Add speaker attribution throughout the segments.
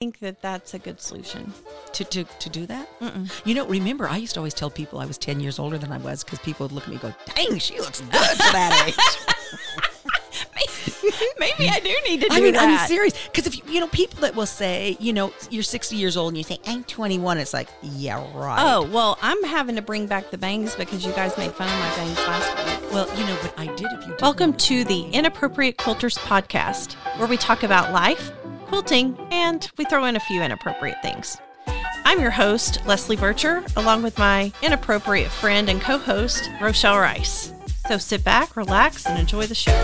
Speaker 1: think that that's a good solution.
Speaker 2: to, to, to do that? You know, remember, I used to always tell people I was 10 years older than I was because people would look at me and go, dang, she looks good for that age.
Speaker 1: Maybe I do need to do
Speaker 2: I mean,
Speaker 1: that.
Speaker 2: I'm serious. Because if you, you know, people that will say, you know, you're 60 years old and you say, I'm 21, it's like, yeah, right.
Speaker 1: Oh, well, I'm having to bring back the bangs because you guys made fun of my bangs last week.
Speaker 2: Well, you know, but I did if you didn't
Speaker 1: Welcome
Speaker 2: notice.
Speaker 1: to the Inappropriate Quilters Podcast, where we talk about life, quilting, and we throw in a few inappropriate things. I'm your host, Leslie Bircher, along with my inappropriate friend and co host, Rochelle Rice. So sit back, relax, and enjoy the show.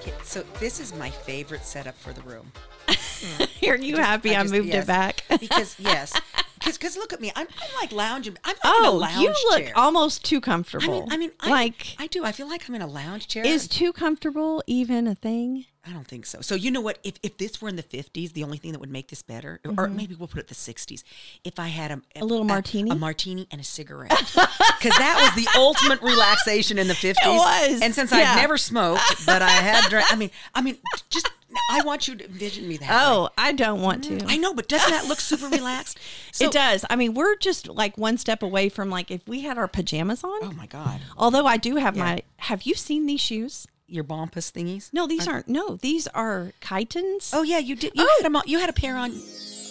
Speaker 2: Okay, So this is my favorite setup for the room.
Speaker 1: Are you happy I,
Speaker 2: just-
Speaker 1: moved
Speaker 2: yes.
Speaker 1: it back?
Speaker 2: Because, yes. Because look at me. I'm, I'm like lounging. I'm like in a
Speaker 1: Oh,
Speaker 2: lounge
Speaker 1: you look
Speaker 2: chair.
Speaker 1: almost too
Speaker 2: I
Speaker 1: comfortable.
Speaker 2: mean, I mean, I,
Speaker 1: like,
Speaker 2: I do. I feel like I'm in a lounge chair.
Speaker 1: is too comfortable even a thing?
Speaker 2: I don't think so. So you know what? If if this were in the fifties, the only thing that would make this better, or maybe we'll put it the sixties, if I had a,
Speaker 1: Mm-hmm. A little martini?
Speaker 2: a, martini and a cigarette, because that was the ultimate relaxation in the fifties.
Speaker 1: was,
Speaker 2: And since
Speaker 1: yeah.
Speaker 2: I've never smoked, but I had drank. I mean, I mean, just I want you to envision me that. way.
Speaker 1: Oh, I don't want to.
Speaker 2: I know, but doesn't that look super relaxed?
Speaker 1: it does. I mean, we're just like one step away from like if we had our pajamas on.
Speaker 2: Oh my god,
Speaker 1: Although I do have my. Have you seen these shoes?
Speaker 2: your bompus thingies.
Speaker 1: No, these aren't. No, these are chitons.
Speaker 2: Oh yeah, you did. You had 'em on. You had a pair on.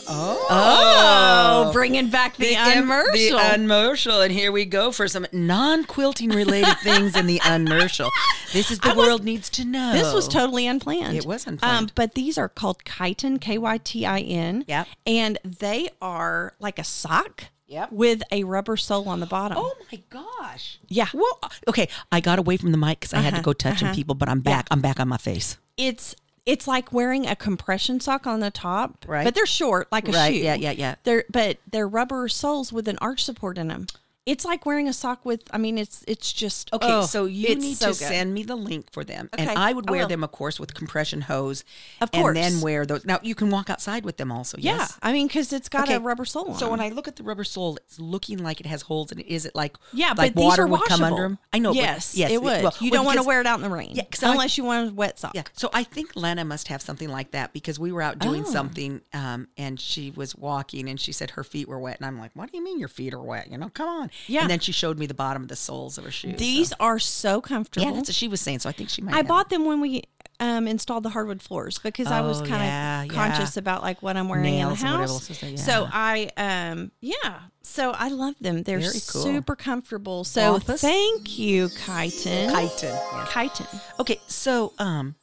Speaker 2: Oh.
Speaker 1: Oh, bringing back the,
Speaker 2: im-
Speaker 1: unmercial.
Speaker 2: The unmercial. And here we go for some non quilting related things in the unmercial. This is the world needs to know.
Speaker 1: This was totally unplanned.
Speaker 2: It was unplanned.
Speaker 1: Um, but these are called chitin, K Y T I N.
Speaker 2: Yep.
Speaker 1: And they are like a sock
Speaker 2: Yep.
Speaker 1: with a rubber sole on the bottom.
Speaker 2: Oh my gosh. Uh-huh,
Speaker 1: yeah.
Speaker 2: Well, uh, okay. I got away from the mic because I had to go touching people, but I'm back. I'm back on my face.
Speaker 1: It's it's like wearing a compression sock on the top.
Speaker 2: Right.
Speaker 1: But they're short, like a
Speaker 2: Right,
Speaker 1: shoe.
Speaker 2: yeah, yeah, yeah.
Speaker 1: They're but they're rubber soles with an arch support in them. It's like wearing a sock with I mean it's it's just
Speaker 2: Okay,
Speaker 1: oh,
Speaker 2: so uh-huh. you
Speaker 1: it's
Speaker 2: need
Speaker 1: so
Speaker 2: to
Speaker 1: good.
Speaker 2: send me the link for them,
Speaker 1: Okay,
Speaker 2: and I would
Speaker 1: I
Speaker 2: wear
Speaker 1: will.
Speaker 2: them, of course, with compression hose,
Speaker 1: Of
Speaker 2: and then
Speaker 1: course.
Speaker 2: wear those. Now you can walk outside with them, also.
Speaker 1: Yeah.
Speaker 2: Yes?
Speaker 1: I mean, because it's got
Speaker 2: Okay,
Speaker 1: a rubber sole on
Speaker 2: So when
Speaker 1: it.
Speaker 2: I look at the rubber sole, it's looking like it has holes in it. Is it like
Speaker 1: yeah,
Speaker 2: like
Speaker 1: but
Speaker 2: water
Speaker 1: these are
Speaker 2: would come
Speaker 1: washable.
Speaker 2: under them? I know. but-
Speaker 1: Yes, yes, it would.
Speaker 2: well-
Speaker 1: you
Speaker 2: well,
Speaker 1: don't want to
Speaker 2: because-
Speaker 1: wear it out in the rain.
Speaker 2: Yeah, 'cause I-
Speaker 1: unless you want a wet sock.
Speaker 2: Yeah. So I think Lena must have something like that because we were out doing
Speaker 1: Oh.
Speaker 2: something um, and she was walking and she said her feet were wet. And I'm like, what do you mean your feet are wet? You know, come on.
Speaker 1: Yeah.
Speaker 2: And then she showed me the bottom of the soles of her shoes. so-
Speaker 1: These are so comfortable.
Speaker 2: Yeah, that's what she was saying. So I think she might
Speaker 1: I
Speaker 2: have
Speaker 1: bought them when we um, installed the hardwood floors because I was
Speaker 2: Oh,
Speaker 1: kind of
Speaker 2: yeah, yeah.
Speaker 1: conscious about like what I'm wearing
Speaker 2: Nails
Speaker 1: in
Speaker 2: and
Speaker 1: the
Speaker 2: whatever
Speaker 1: house.
Speaker 2: else is there,
Speaker 1: So
Speaker 2: yeah.
Speaker 1: I, um, yeah, so I love them. They're
Speaker 2: Very cool.
Speaker 1: super comfortable. So
Speaker 2: Wampus?
Speaker 1: thank you, Chitin.
Speaker 2: it. Chitin. yes.
Speaker 1: Chitin.
Speaker 2: Okay, so um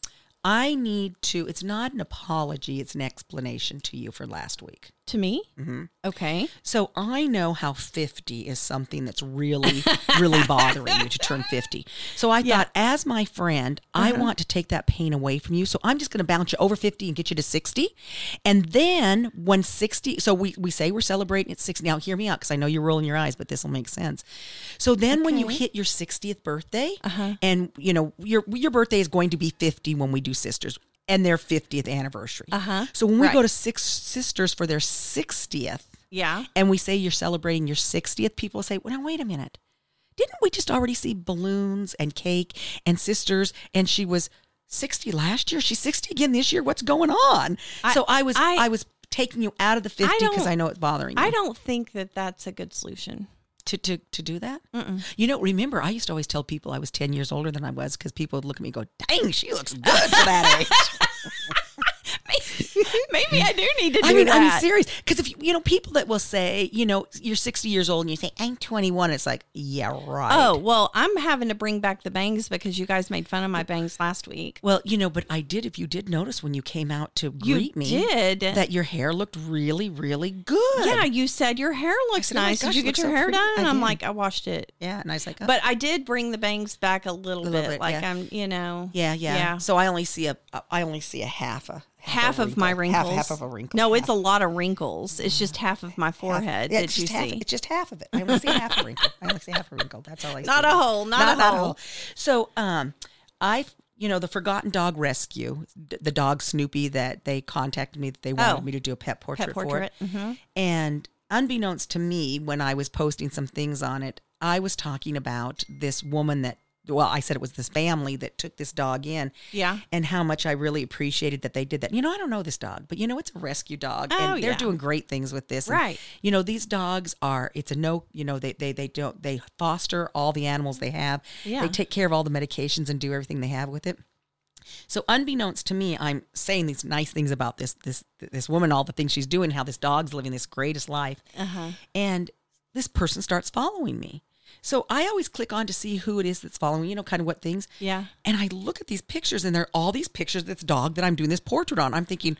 Speaker 2: I need to it's not an apology, it's an explanation to you for last week.
Speaker 1: to me.
Speaker 2: Mm-hmm.
Speaker 1: Okay.
Speaker 2: So I know how 50 is something that's really, really bothering you to turn 50. So I thought, as my friend, I want to take that pain away from you. So I'm just going to bounce you over 50 and get you to 60. And then when 60, so we, we say we're celebrating at 60. Now, hear me out because I know you're rolling your eyes, but this will make sense. So then when you hit your 60th birthday, and you know, your, your birthday is going to be 50 when we do sisters. And their 50th anniversary. Uh-huh. So when we go
Speaker 1: Right.
Speaker 2: to Six Sisters for their 60th,
Speaker 1: Yeah.
Speaker 2: and we say you're celebrating your 60th, people say, well, now wait a minute. Didn't we just already see balloons and cake and sisters? And she was 60 last year. She's 60 again this year. What's going on? so I was,
Speaker 1: I-
Speaker 2: I, was taking you out of the 50 because
Speaker 1: don't-
Speaker 2: I, know it's bothering you
Speaker 1: I don't think that that's a good solution.
Speaker 2: to, to, to do that. You know, remember, I used to always tell people I was 10 years older than I was because people would look at me and go, dang, she looks good for that age.
Speaker 1: Maybe I do need to do
Speaker 2: I mean,
Speaker 1: that.
Speaker 2: I'm serious. Because if you, you know, people that will say, you know, you're 60 years old and you say, I'm 21, it's like, yeah, right.
Speaker 1: Oh, well, I'm having to bring back the bangs because you guys made fun of my bangs last week.
Speaker 2: Well, you know, but I did. If you did notice when you came out to
Speaker 1: You
Speaker 2: greet me,
Speaker 1: did.
Speaker 2: that your hair looked really, really good.
Speaker 1: Yeah, you said your hair looks
Speaker 2: said, "Oh my
Speaker 1: nice.
Speaker 2: gosh,
Speaker 1: did you
Speaker 2: it
Speaker 1: get
Speaker 2: looks
Speaker 1: your
Speaker 2: so
Speaker 1: hair
Speaker 2: pretty."
Speaker 1: done?
Speaker 2: I
Speaker 1: And I'm
Speaker 2: did.
Speaker 1: like, I washed it.
Speaker 2: yeah. And I was like, oh.
Speaker 1: But I did bring the bangs back a little,
Speaker 2: little
Speaker 1: bit,
Speaker 2: bit,
Speaker 1: Like
Speaker 2: yeah.
Speaker 1: I'm, you know.
Speaker 2: yeah, yeah,
Speaker 1: Yeah.
Speaker 2: So I only see a, I only see a half a
Speaker 1: half
Speaker 2: a
Speaker 1: of my
Speaker 2: wrinkle.
Speaker 1: wrinkles.
Speaker 2: half, half of a wrinkle.
Speaker 1: No,
Speaker 2: half,
Speaker 1: it's a lot of wrinkles. It's just half of my
Speaker 2: half.
Speaker 1: forehead
Speaker 2: Yeah,
Speaker 1: that
Speaker 2: it's
Speaker 1: you
Speaker 2: just half,
Speaker 1: see.
Speaker 2: It's just half of it. I only see half a wrinkle. I only see half a wrinkle. That's all I see.
Speaker 1: Not a hole, not a hole.
Speaker 2: So, um, I, you know, the Forgotten Dog Rescue, d- the dog Snoopy that they contacted me that they wanted
Speaker 1: Oh.
Speaker 2: me to do a pet portrait,
Speaker 1: Pet portrait. mm-hmm.
Speaker 2: for. And unbeknownst to me, when I was posting some things on it, I was talking about this woman that well, I said it was this family that took this dog in.
Speaker 1: Yeah.
Speaker 2: And how much I really appreciated that they did that. You know, I don't know this dog, but you know, it's a rescue dog
Speaker 1: Oh,
Speaker 2: and they're
Speaker 1: yeah.
Speaker 2: doing great things with this. And,
Speaker 1: Right.
Speaker 2: you know, these dogs are, it's a no, you know, they, they, they don't, they foster all the animals they have.
Speaker 1: Yeah.
Speaker 2: They take care of all the medications and do everything they have with it. So unbeknownst to me, I'm saying these nice things about this this this woman, all the things she's doing, how this dog's living this greatest life,
Speaker 1: Uh-huh.
Speaker 2: and this person starts following me. So I always click on to see who it is that's following, me, you know, kind of what things.
Speaker 1: Yeah.
Speaker 2: And I look at these pictures, and there are all these pictures of this dog that I'm doing this portrait on. I'm thinking,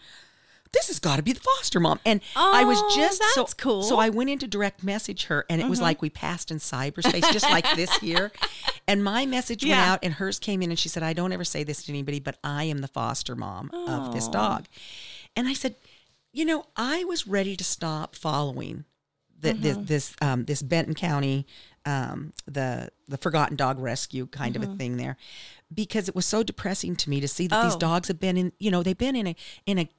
Speaker 2: this has got to be the foster mom. And I was
Speaker 1: Oh,
Speaker 2: just so
Speaker 1: that's cool. Mm-hmm.
Speaker 2: So I went in to direct message her, and it was like we passed in cyberspace, just like this here. And my message went
Speaker 1: Yeah.
Speaker 2: out, and hers came in, and she said, "I don't ever say this to anybody, but I am the foster mom of this dog." And I said, "You know, I was ready to stop following the,
Speaker 1: Mm-hmm.
Speaker 2: this this um, this Benton County um, the the forgotten dog rescue kind
Speaker 1: Mm-hmm.
Speaker 2: of a thing there because it was so depressing to me to see that these
Speaker 1: Oh.
Speaker 2: dogs have been in you know they've been in a in a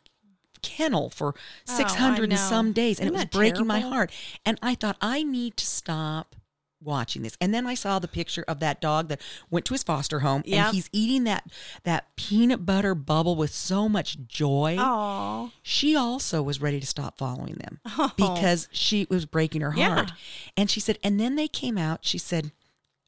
Speaker 2: kennel for
Speaker 1: Oh, I
Speaker 2: 600 and
Speaker 1: know.
Speaker 2: some days and
Speaker 1: Isn't
Speaker 2: it was
Speaker 1: that
Speaker 2: breaking my
Speaker 1: terrible?
Speaker 2: heart and I thought I need to stop watching this and then I saw the picture of that dog that went to his foster home
Speaker 1: Yep.
Speaker 2: and he's eating that that peanut butter bubble with so much joy
Speaker 1: Oh.
Speaker 2: she also was ready to stop following them because she was breaking her
Speaker 1: Yeah.
Speaker 2: heart. And she said, and then they came out. She said,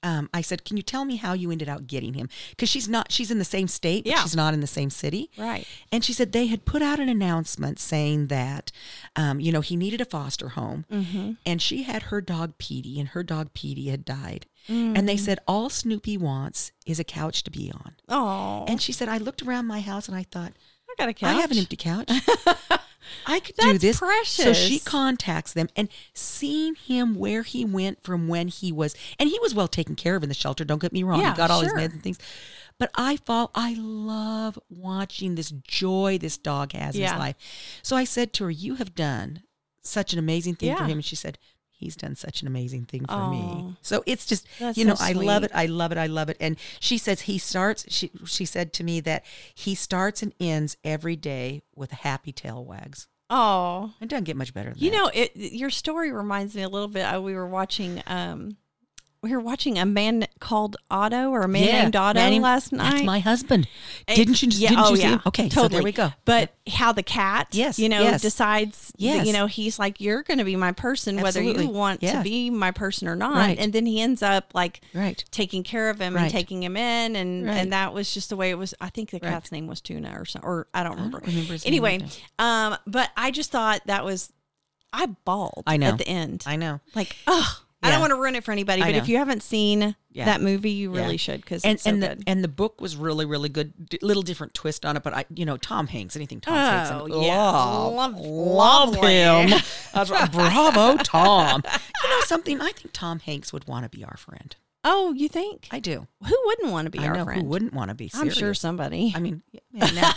Speaker 2: um, I said, can you tell me how you ended up getting him? Because she's not, she's in the same state, but
Speaker 1: Yeah.
Speaker 2: she's not in the same city.
Speaker 1: Right.
Speaker 2: And she said they had put out an announcement saying that, um, you know, he needed a foster home.
Speaker 1: Mm-hmm.
Speaker 2: And she had her dog Petey, and her dog Petey had died. And
Speaker 1: Mm.
Speaker 2: they said, all Snoopy wants is a couch to be on.
Speaker 1: Oh.
Speaker 2: And she said, I looked around my house and I thought,
Speaker 1: I got a couch.
Speaker 2: I have an empty couch. I could do
Speaker 1: That's
Speaker 2: this. So she
Speaker 1: precious.
Speaker 2: contacts them and seeing him where he went from when he was, and he was well taken care of in the shelter. Don't get me wrong.
Speaker 1: Yeah,
Speaker 2: he got all
Speaker 1: sure.
Speaker 2: his meds and things. But I fall, I love watching this joy this dog has in
Speaker 1: Yeah.
Speaker 2: his life. So I said to her, You have done such an amazing thing for
Speaker 1: Yeah.
Speaker 2: him. And she said, He's done such an amazing thing for
Speaker 1: Aw.
Speaker 2: me. So it's just,
Speaker 1: That's
Speaker 2: you know,
Speaker 1: so
Speaker 2: I love
Speaker 1: sweet.
Speaker 2: it. I love it. I love it. And she says he starts. She she said to me that he starts and ends every day with happy tail wags.
Speaker 1: oh.
Speaker 2: It doesn't get much better. Than
Speaker 1: You
Speaker 2: that.
Speaker 1: know, it your story reminds me a little bit. Uh, we were watching um we were watching a man called Otto or a man named Otto
Speaker 2: Man named-
Speaker 1: last night.
Speaker 2: That's my husband.
Speaker 1: It-
Speaker 2: didn't you?
Speaker 1: yeah,
Speaker 2: didn't
Speaker 1: oh,
Speaker 2: you see
Speaker 1: yeah.
Speaker 2: him? Okay, so there
Speaker 1: totally.
Speaker 2: we go.
Speaker 1: But how the cat,
Speaker 2: Yes,
Speaker 1: you know,
Speaker 2: yes.
Speaker 1: decides, yes.
Speaker 2: Yes.
Speaker 1: you know, he's like, you're going to be my person, whether
Speaker 2: Absolutely.
Speaker 1: you want to
Speaker 2: Yeah.
Speaker 1: be my person or not.
Speaker 2: Right.
Speaker 1: And then he ends up like
Speaker 2: right.
Speaker 1: taking care of him and
Speaker 2: Right.
Speaker 1: taking him in, and
Speaker 2: Right.
Speaker 1: and that was just the way it was. I think the
Speaker 2: Right.
Speaker 1: cat's name was Tuna or something, or I don't remember.
Speaker 2: remember his name
Speaker 1: anyway,
Speaker 2: either.
Speaker 1: um, but I just thought that was, I bawled.
Speaker 2: I know.
Speaker 1: at the end,
Speaker 2: I know.
Speaker 1: like, oh, I
Speaker 2: Yeah.
Speaker 1: don't want to ruin it for anybody,
Speaker 2: I
Speaker 1: but if
Speaker 2: know.
Speaker 1: you haven't seen
Speaker 2: Yeah.
Speaker 1: that movie, you
Speaker 2: Yeah.
Speaker 1: really should because
Speaker 2: And
Speaker 1: it's so
Speaker 2: and the,
Speaker 1: good.
Speaker 2: and the book was really really good. D- little different twist on it, but I you know Tom Hanks anything Tom Hanks. I'm-
Speaker 1: Oh, yeah.
Speaker 2: love
Speaker 1: Love-
Speaker 2: love
Speaker 1: lovely.
Speaker 2: him. That's right. Bravo Tom. You know something? I think Tom Hanks would want to be our friend.
Speaker 1: oh, you think
Speaker 2: I do.
Speaker 1: who wouldn't want to be
Speaker 2: I
Speaker 1: our
Speaker 2: know
Speaker 1: friend?
Speaker 2: who wouldn't want to be.
Speaker 1: I'm
Speaker 2: Serious.
Speaker 1: sure somebody.
Speaker 2: I mean, yeah, man, nah.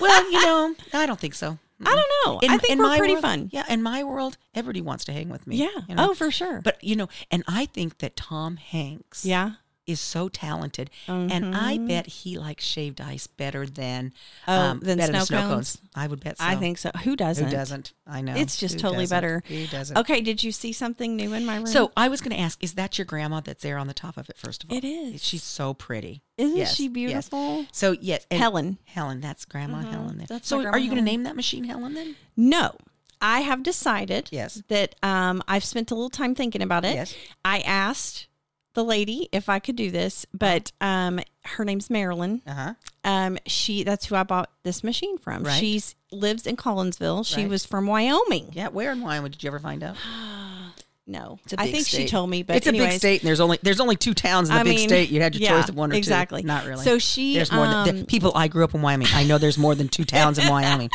Speaker 2: well, you know, I don't think so.
Speaker 1: I don't know. I think we're
Speaker 2: my
Speaker 1: pretty
Speaker 2: world-
Speaker 1: fun.
Speaker 2: Yeah, in my world, everybody wants to hang with me.
Speaker 1: Yeah.
Speaker 2: you know?
Speaker 1: Oh, for sure.
Speaker 2: But you know, and I think that Tom Hanks
Speaker 1: yeah. Mm-hmm.
Speaker 2: is so talented, and I bet he likes shaved ice better than um,
Speaker 1: Oh, than
Speaker 2: better
Speaker 1: snow cones?
Speaker 2: I would bet. So.
Speaker 1: I think so. Who
Speaker 2: who
Speaker 1: doesn't?
Speaker 2: doesn't? I know
Speaker 1: It's just
Speaker 2: Who
Speaker 1: totally
Speaker 2: doesn't?
Speaker 1: better.
Speaker 2: Who doesn't?
Speaker 1: Okay, did you see something new in my room?
Speaker 2: So I was going to ask, is that your grandma that's there on the top of it? First of all,
Speaker 1: It is.
Speaker 2: She's so pretty.
Speaker 1: Isn't
Speaker 2: Yes,
Speaker 1: she
Speaker 2: yes.
Speaker 1: beautiful?
Speaker 2: So yes, and-
Speaker 1: Helen. Mm-hmm.
Speaker 2: Helen, that's Grandma Helen. There.
Speaker 1: that's
Speaker 2: so,
Speaker 1: my
Speaker 2: are
Speaker 1: Grandma
Speaker 2: you going to name that machine Helen then?
Speaker 1: No. I have decided
Speaker 2: Yes.
Speaker 1: that um, I've spent a little time thinking about it.
Speaker 2: Yes.
Speaker 1: I asked the lady if I could do this, but
Speaker 2: Uh-huh.
Speaker 1: um, her name's Marilyn.
Speaker 2: Uh huh.
Speaker 1: Um, she that's who I bought this machine from.
Speaker 2: Right.
Speaker 1: She's lives in Collinsville. She
Speaker 2: Right.
Speaker 1: was from Wyoming.
Speaker 2: Yeah. Where and why? Would did you ever find out?
Speaker 1: No,
Speaker 2: It's a
Speaker 1: I
Speaker 2: big
Speaker 1: think she
Speaker 2: state.
Speaker 1: told me, but
Speaker 2: it's
Speaker 1: anyways,
Speaker 2: a big state, and there's only there's only two towns in the
Speaker 1: I
Speaker 2: big
Speaker 1: mean,
Speaker 2: state. You had your
Speaker 1: yeah,
Speaker 2: choice of one or
Speaker 1: exactly.
Speaker 2: two. Not really.
Speaker 1: So she,
Speaker 2: there's more than
Speaker 1: um,
Speaker 2: the, people I grew up in Wyoming. I know there's more than two towns in Wyoming,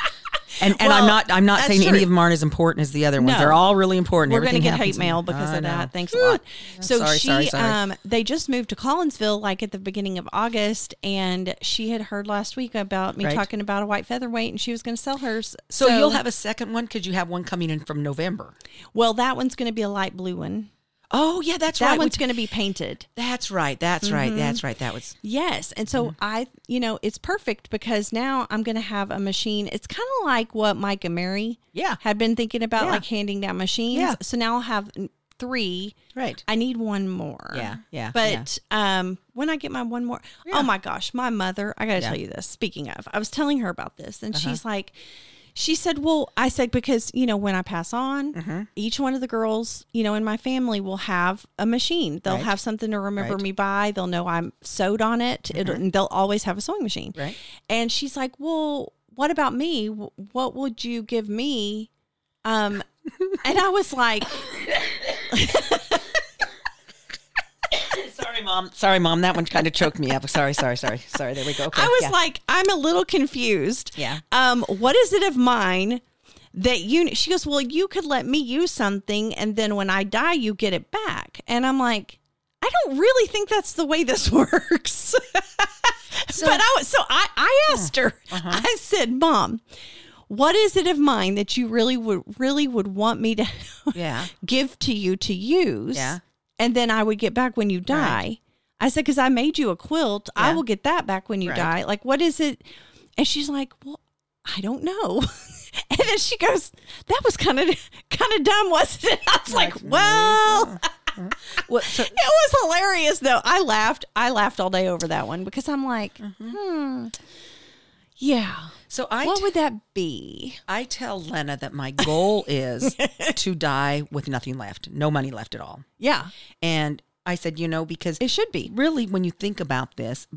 Speaker 2: and and
Speaker 1: Well,
Speaker 2: I'm not I'm not
Speaker 1: that's
Speaker 2: saying
Speaker 1: true.
Speaker 2: any of them aren't as important as the other ones.
Speaker 1: No.
Speaker 2: They're all really important.
Speaker 1: We're going to
Speaker 2: Everything
Speaker 1: get hate
Speaker 2: happens in-
Speaker 1: mail because
Speaker 2: I
Speaker 1: of
Speaker 2: know.
Speaker 1: that. Thanks a lot. So
Speaker 2: sorry,
Speaker 1: she,
Speaker 2: sorry, sorry.
Speaker 1: um, they just moved to Collinsville like at the beginning of August, and she had heard last week about me
Speaker 2: Right.
Speaker 1: talking about a white featherweight, and she was going to sell hers.
Speaker 2: So, you'll have a second one because you have one coming in from November.
Speaker 1: well, that one's going to be a light blue one.
Speaker 2: Oh yeah, that's
Speaker 1: That
Speaker 2: right. We-
Speaker 1: one's going to be painted.
Speaker 2: that's right. That's right. That's right. That was
Speaker 1: Yes. And so
Speaker 2: Mm.
Speaker 1: I, you know, it's perfect because now I'm going to have a machine. It's kind of like what Mike and Mary
Speaker 2: Yeah.
Speaker 1: had been thinking about,
Speaker 2: Yeah.
Speaker 1: like handing down machines.
Speaker 2: Yeah.
Speaker 1: So now I'll have n- three.
Speaker 2: Right.
Speaker 1: I need one more.
Speaker 2: Yeah, yeah,
Speaker 1: But um, when I get my one more, oh my gosh, my mother, I got to tell you this. Speaking of, I was telling her about this, and
Speaker 2: Uh-huh.
Speaker 1: she's like, she said, Well, I said, because, you know, when I pass on,
Speaker 2: Mm-hmm.
Speaker 1: each one of the girls, you know, in my family will have a machine. They'll
Speaker 2: Right.
Speaker 1: have something to remember
Speaker 2: Right. Mm-hmm.
Speaker 1: me by. They'll know I'm sewed on it. It'll and they'll always have a sewing machine.
Speaker 2: Right.
Speaker 1: And she's like, Well, what about me? W- What would you give me? Um, and I was like,
Speaker 2: Sorry, mom. Sorry, mom. That one kind of choked me up. Sorry, sorry, sorry, sorry. There we go. Okay.
Speaker 1: I was
Speaker 2: yeah.
Speaker 1: like, I'm a little confused.
Speaker 2: Yeah.
Speaker 1: Um, what is it of mine that you? She goes, well, you could let me use something, and then when I die, you get it back. And I'm like, I don't really think that's the way this works. but I was- so I I asked her.
Speaker 2: Uh-huh.
Speaker 1: I said, Mom, what is it of mine that you really would really would want me to
Speaker 2: yeah,
Speaker 1: give to you to use.
Speaker 2: Yeah.
Speaker 1: And then I would get back when you die. I said, because I made you a quilt. I
Speaker 2: Yeah.
Speaker 1: will get that back when you
Speaker 2: Right.
Speaker 1: die. Like, what is it? And she's like, well, I don't know. and then she goes, that was kind of kind of dumb, wasn't it? I was like, well,
Speaker 2: "Mm-hmm. well, so,
Speaker 1: it was hilarious though. I laughed. I laughed all day over that one because I'm like,
Speaker 2: Mm-hmm.
Speaker 1: hmm, yeah.
Speaker 2: so I
Speaker 1: what would that be?
Speaker 2: I tell Lena that my goal is to die with nothing left, no money left at all.
Speaker 1: Yeah,
Speaker 2: And I said, you know, because
Speaker 1: it should be.
Speaker 2: really when you think about this,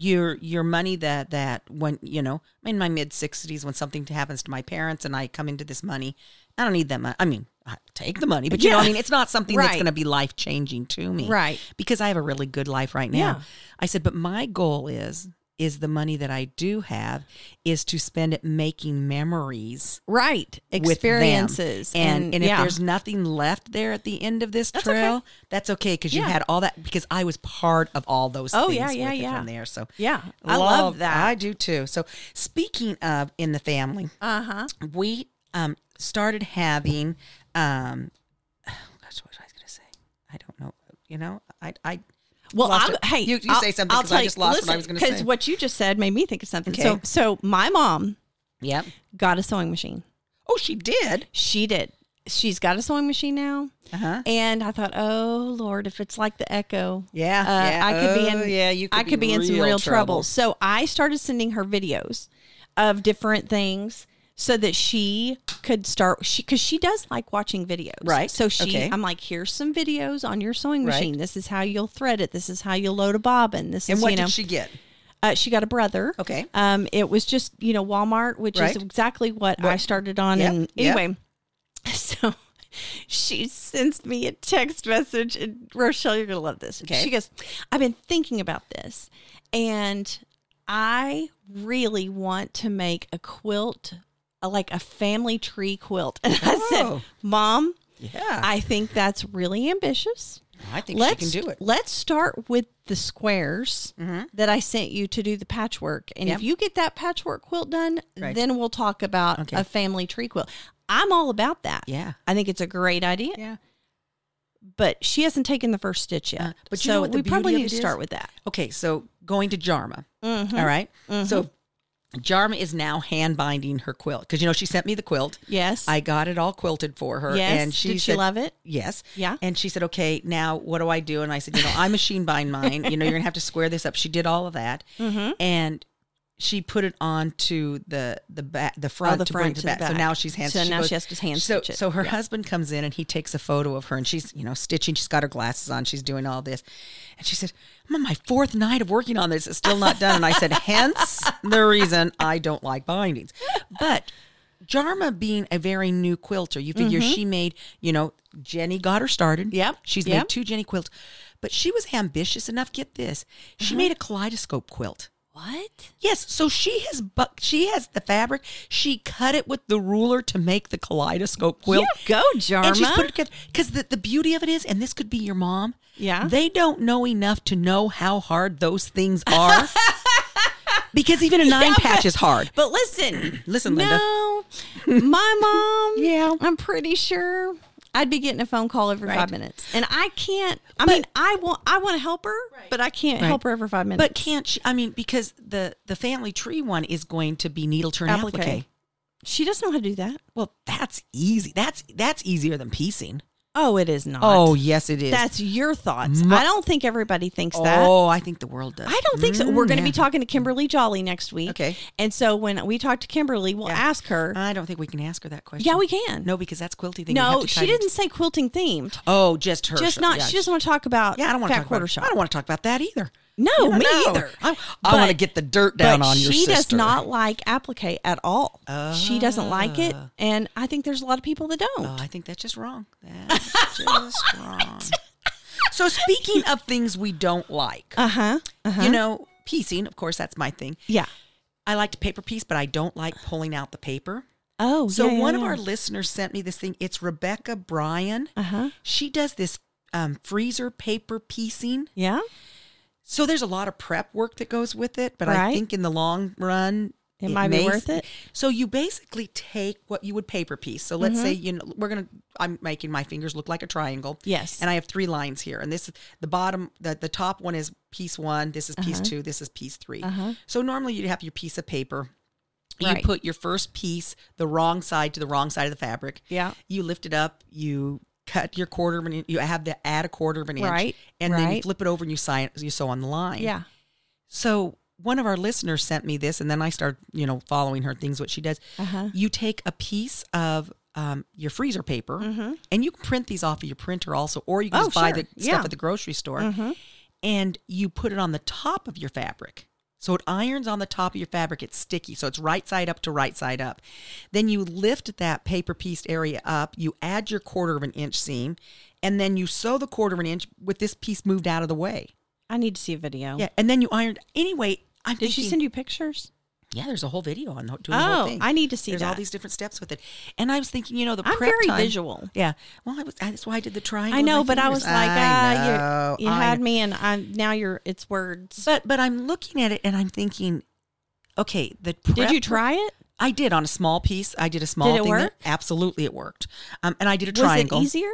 Speaker 2: your your money that that when you know, I'm in my mid 60s when something happens to my parents and I come into this money, I don't need that money. I mean, I take the money, but you know, what I
Speaker 1: Yeah.
Speaker 2: mean, it's not something that's
Speaker 1: Right.
Speaker 2: going to be life changing to me.
Speaker 1: Right.
Speaker 2: Because I have a really good life right now.
Speaker 1: Yeah.
Speaker 2: I said, but my goal is is the money that I do have is to spend it making memories
Speaker 1: Right.
Speaker 2: with them.
Speaker 1: Experiences.
Speaker 2: And and, if
Speaker 1: yeah.
Speaker 2: there's nothing left there at the end of this
Speaker 1: okay.
Speaker 2: trail, that's okay because you
Speaker 1: Yeah.
Speaker 2: had all that because I was part of all those
Speaker 1: Oh,
Speaker 2: things
Speaker 1: yeah, yeah,
Speaker 2: with it
Speaker 1: yeah.
Speaker 2: from there. So
Speaker 1: Yeah, I love that.
Speaker 2: I do too. So speaking of in the family,
Speaker 1: Uh huh.
Speaker 2: we um started having um oh gosh, what was I gonna say? I don't know. You know, I I
Speaker 1: Well,
Speaker 2: Lost
Speaker 1: I'll,
Speaker 2: it.
Speaker 1: hey,
Speaker 2: You- you
Speaker 1: I'll,
Speaker 2: say something 'cause I
Speaker 1: tell you-
Speaker 2: just lost what I was gonna say.
Speaker 1: Because what you just said made me think of something. So,
Speaker 2: Okay.
Speaker 1: so my mom
Speaker 2: Yep.
Speaker 1: got a sewing machine.
Speaker 2: Oh she did.
Speaker 1: She did. She's got a sewing machine now,
Speaker 2: Uh-huh.
Speaker 1: and I thought, oh Lord, if it's like the Echo,
Speaker 2: Yeah,
Speaker 1: uh,
Speaker 2: yeah.
Speaker 1: I could be
Speaker 2: Oh,
Speaker 1: in,
Speaker 2: yeah, you could
Speaker 1: I
Speaker 2: be
Speaker 1: could be in some
Speaker 2: real
Speaker 1: real
Speaker 2: trouble.
Speaker 1: trouble. So I started sending her videos of different things so that she could start she because she does like watching videos
Speaker 2: Right.
Speaker 1: so she
Speaker 2: Okay.
Speaker 1: i'm like here's some videos on your sewing
Speaker 2: Right.
Speaker 1: machine this is how you'll thread it this is how you'll load a bobbin this
Speaker 2: And
Speaker 1: is
Speaker 2: what
Speaker 1: you know
Speaker 2: did she get?
Speaker 1: Uh, she got a brother.
Speaker 2: Okay.
Speaker 1: Um, it was just you know Walmart, which
Speaker 2: Right.
Speaker 1: is exactly what, I started on.
Speaker 2: Yep,
Speaker 1: And
Speaker 2: yep.
Speaker 1: anyway, so she sends me a text message, and Rochelle, you're gonna love this.
Speaker 2: Okay.
Speaker 1: She goes, "I've been thinking about this, and I really want to make a quilt, uh, like a family tree quilt." And I
Speaker 2: Oh. Uh.
Speaker 1: said, "Mom."
Speaker 2: Yeah.
Speaker 1: I think that's really ambitious.
Speaker 2: I think
Speaker 1: let's
Speaker 2: she can do it. Mm-hmm.
Speaker 1: Let's start with the squares that I sent you to do the patchwork. And
Speaker 2: Yep.
Speaker 1: if you get that patchwork quilt done,
Speaker 2: Right.
Speaker 1: then we'll talk about
Speaker 2: Okay.
Speaker 1: a family tree quilt. I'm all about that.
Speaker 2: Yeah.
Speaker 1: I think it's a great idea,
Speaker 2: Yeah.
Speaker 1: but she hasn't taken the first stitch yet.
Speaker 2: Uh, but
Speaker 1: but
Speaker 2: you
Speaker 1: so
Speaker 2: know what the
Speaker 1: we probably
Speaker 2: beauty
Speaker 1: need
Speaker 2: of
Speaker 1: to
Speaker 2: it
Speaker 1: start
Speaker 2: is?
Speaker 1: with that.
Speaker 2: Okay, so going to Jarma.
Speaker 1: Mm-hmm.
Speaker 2: all right? So Jarma is now hand binding her quilt because you know she sent me the quilt.
Speaker 1: Yes.
Speaker 2: I got it all quilted for her,
Speaker 1: yes.
Speaker 2: and she
Speaker 1: Did she
Speaker 2: said,
Speaker 1: love it?
Speaker 2: "Yes."
Speaker 1: Yeah.
Speaker 2: And she said, "Okay, now what do I do?" And I said, "You know, I machine bind mine. You know, you're gonna have to square this up." She did all of that,
Speaker 1: Mm-hmm.
Speaker 2: and she put it onto the the back, the front,
Speaker 1: Oh, the
Speaker 2: to bring
Speaker 1: front
Speaker 2: it
Speaker 1: to the
Speaker 2: So
Speaker 1: back.
Speaker 2: now she's hand.
Speaker 1: So now she has to hand
Speaker 2: so,
Speaker 1: stitch it.
Speaker 2: So her husband comes in and he takes a photo of her, and she's you know stitching. She's got her glasses on. She's doing all this, and she said, "I'm on my fourth night of working on this. It's still not done." And I said, "Hence the reason I don't like bindings." But Jarma being a very new quilter, you figure she made, you know, Jenny got her started.
Speaker 1: Mm-hmm. Yep,
Speaker 2: She's made
Speaker 1: yep.
Speaker 2: two Jenny quilts. But she was ambitious enough, get this.
Speaker 1: Mm-hmm.
Speaker 2: She made a kaleidoscope quilt.
Speaker 1: What?
Speaker 2: Yes, so she has bu- she has the fabric. She cut it with the ruler to make the kaleidoscope quilt.
Speaker 1: go, Jarma.
Speaker 2: And she's put it together because the, the beauty of it is, and this could be your mom.
Speaker 1: Yeah.
Speaker 2: They don't know enough to know how hard those things are. because even a nine patch is hard.
Speaker 1: But listen,
Speaker 2: Listen, Linda.
Speaker 1: no, my mom.
Speaker 2: Yeah.
Speaker 1: I'm pretty sure I'd be getting a phone call every
Speaker 2: Right.
Speaker 1: five minutes, and I can't. I mean, I want I want to help her, but I can't help her every five minutes.
Speaker 2: But can't she? I mean, because the the family tree one is going to be needle turn applique.
Speaker 1: Applique. she doesn't know how to do that.
Speaker 2: Well, that's easy. That's that's easier than piecing.
Speaker 1: Oh, it is not.
Speaker 2: Oh, yes, it is.
Speaker 1: that's your thoughts.
Speaker 2: My-
Speaker 1: I don't think everybody thinks that.
Speaker 2: oh, I think the world does.
Speaker 1: I don't think so.
Speaker 2: Mm,
Speaker 1: We're going to
Speaker 2: yeah.
Speaker 1: be talking to Kimberly Jolly next week.
Speaker 2: Okay.
Speaker 1: And so when we talk to Kimberly, we'll ask her.
Speaker 2: I don't think we can ask her that question.
Speaker 1: yeah, we can.
Speaker 2: No, because that's quilty thing. we have
Speaker 1: no,
Speaker 2: to
Speaker 1: she
Speaker 2: tie to-
Speaker 1: didn't say quilting themed.
Speaker 2: Oh, just her.
Speaker 1: Just
Speaker 2: show.
Speaker 1: not.
Speaker 2: Yeah,
Speaker 1: She doesn't want to talk about.
Speaker 2: Yeah, I don't want to
Speaker 1: fat
Speaker 2: talk
Speaker 1: quarter
Speaker 2: about.
Speaker 1: shop.
Speaker 2: I don't want to talk about that either.
Speaker 1: No,
Speaker 2: You don't
Speaker 1: me
Speaker 2: know.
Speaker 1: either.
Speaker 2: I, I want to
Speaker 1: But-
Speaker 2: get the dirt down
Speaker 1: but
Speaker 2: on your
Speaker 1: she
Speaker 2: sister.
Speaker 1: does not like applique at all. she doesn't like it,
Speaker 2: Ah.
Speaker 1: and I think there's a lot of people that don't.
Speaker 2: Oh, I think that's just wrong. That's just wrong. So speaking of things we don't like,
Speaker 1: Uh huh.
Speaker 2: you know, piecing. Of course, that's my thing.
Speaker 1: Yeah.
Speaker 2: I like to paper piece, but I don't like pulling out the paper.
Speaker 1: Oh,
Speaker 2: So one of our listeners sent me this thing. It's Rebecca Bryan.
Speaker 1: Uh huh.
Speaker 2: She does this um, freezer paper piecing.
Speaker 1: Yeah.
Speaker 2: So there's a lot of prep work that goes with it, but I
Speaker 1: Right.
Speaker 2: think in the long run,
Speaker 1: It might be worth it.
Speaker 2: So you basically take what you would paper piece. So
Speaker 1: Mm-hmm.
Speaker 2: let's say you know we're gonna. I'm making my fingers look like a triangle.
Speaker 1: Yes.
Speaker 2: And I have three lines here, and this is the bottom. the The top one is piece one. This is piece
Speaker 1: Uh-huh.
Speaker 2: two. This is piece 3 So normally you'd have your piece of paper. You
Speaker 1: Right.
Speaker 2: put your first piece the wrong side to the wrong side of the fabric.
Speaker 1: Yeah.
Speaker 2: You lift it up. You cut your quarter of an inch. You have to add a quarter of an inch.
Speaker 1: Right,
Speaker 2: And then you
Speaker 1: right.
Speaker 2: flip it over and you sign. You sew on the line.
Speaker 1: Yeah.
Speaker 2: So one of our listeners sent me this, and then I started, you know, following her things, what she does.
Speaker 1: Uh-huh.
Speaker 2: You take a piece of um, your freezer paper, and you can print these off of your printer also, or you can
Speaker 1: Mm-hmm. Oh,
Speaker 2: just
Speaker 1: sure.
Speaker 2: buy the
Speaker 1: Yeah. Mm-hmm.
Speaker 2: stuff at the grocery store, and you put it on the top of your fabric. So it irons on the top of your fabric. It's sticky. So it's right side up to right side up. Then you lift that paper pieced area up. You add your quarter of an inch seam, and then you sew the quarter of an inch with this piece moved out of the way.
Speaker 1: I need to see a video.
Speaker 2: Yeah, and then you ironed. Anyway, I'm
Speaker 1: Did
Speaker 2: thinking,
Speaker 1: she send you pictures?
Speaker 2: Yeah, there's a whole video on the, doing the whole
Speaker 1: Oh,
Speaker 2: thing.
Speaker 1: I need to see
Speaker 2: there's
Speaker 1: that.
Speaker 2: all these different steps with it, and I was thinking, you know, the
Speaker 1: I'm
Speaker 2: prep
Speaker 1: very
Speaker 2: time-
Speaker 1: visual.
Speaker 2: Yeah, well, I was, that's why I did the triangle.
Speaker 1: I
Speaker 2: with
Speaker 1: know,
Speaker 2: my
Speaker 1: but I
Speaker 2: fingers.
Speaker 1: was like, ah,
Speaker 2: know,
Speaker 1: you, you
Speaker 2: I
Speaker 1: had
Speaker 2: know.
Speaker 1: me, and I'm now you're it's words.
Speaker 2: But but I'm looking at it and I'm thinking, okay, the prep
Speaker 1: Did you try it?
Speaker 2: I did on a small piece. I did a small
Speaker 1: it
Speaker 2: thing. that-
Speaker 1: work?
Speaker 2: absolutely, it worked. Um, and I did a triangle.
Speaker 1: Was it easier?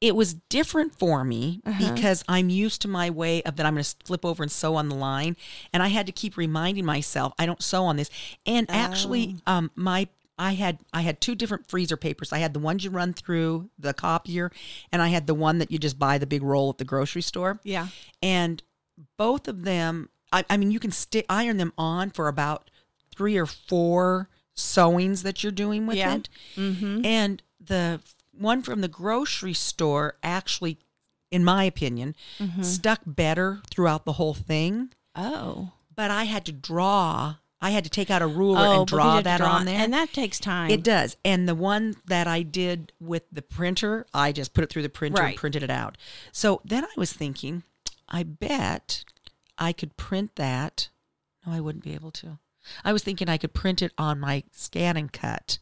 Speaker 2: it was different for me because I'm used to my way of that I'm going to flip over and sew on the line. And I had to keep reminding myself I don't sew on this. And actually, um, my I had I had two different freezer papers. I had the ones you run through the copier, and I had the one that you just buy the big roll at the grocery store.
Speaker 1: Yeah.
Speaker 2: And both of them, I, I mean, you can stick iron them on for about three or four sewings that you're doing with
Speaker 1: Yeah. Mm-hmm.
Speaker 2: it. And the one from the grocery store actually, in my opinion,
Speaker 1: Mm-hmm.
Speaker 2: stuck better throughout the whole thing.
Speaker 1: Oh.
Speaker 2: But I had to draw. I had to take out a ruler
Speaker 1: Oh,
Speaker 2: and
Speaker 1: because you
Speaker 2: draw
Speaker 1: have to
Speaker 2: that on there.
Speaker 1: and that takes time.
Speaker 2: It does. And the one that I did with the printer, I just put it through the printer
Speaker 1: Right.
Speaker 2: and printed it out. So then I was thinking, I bet I could print that. No, I wouldn't be able to. I was thinking I could print it on my scan and cut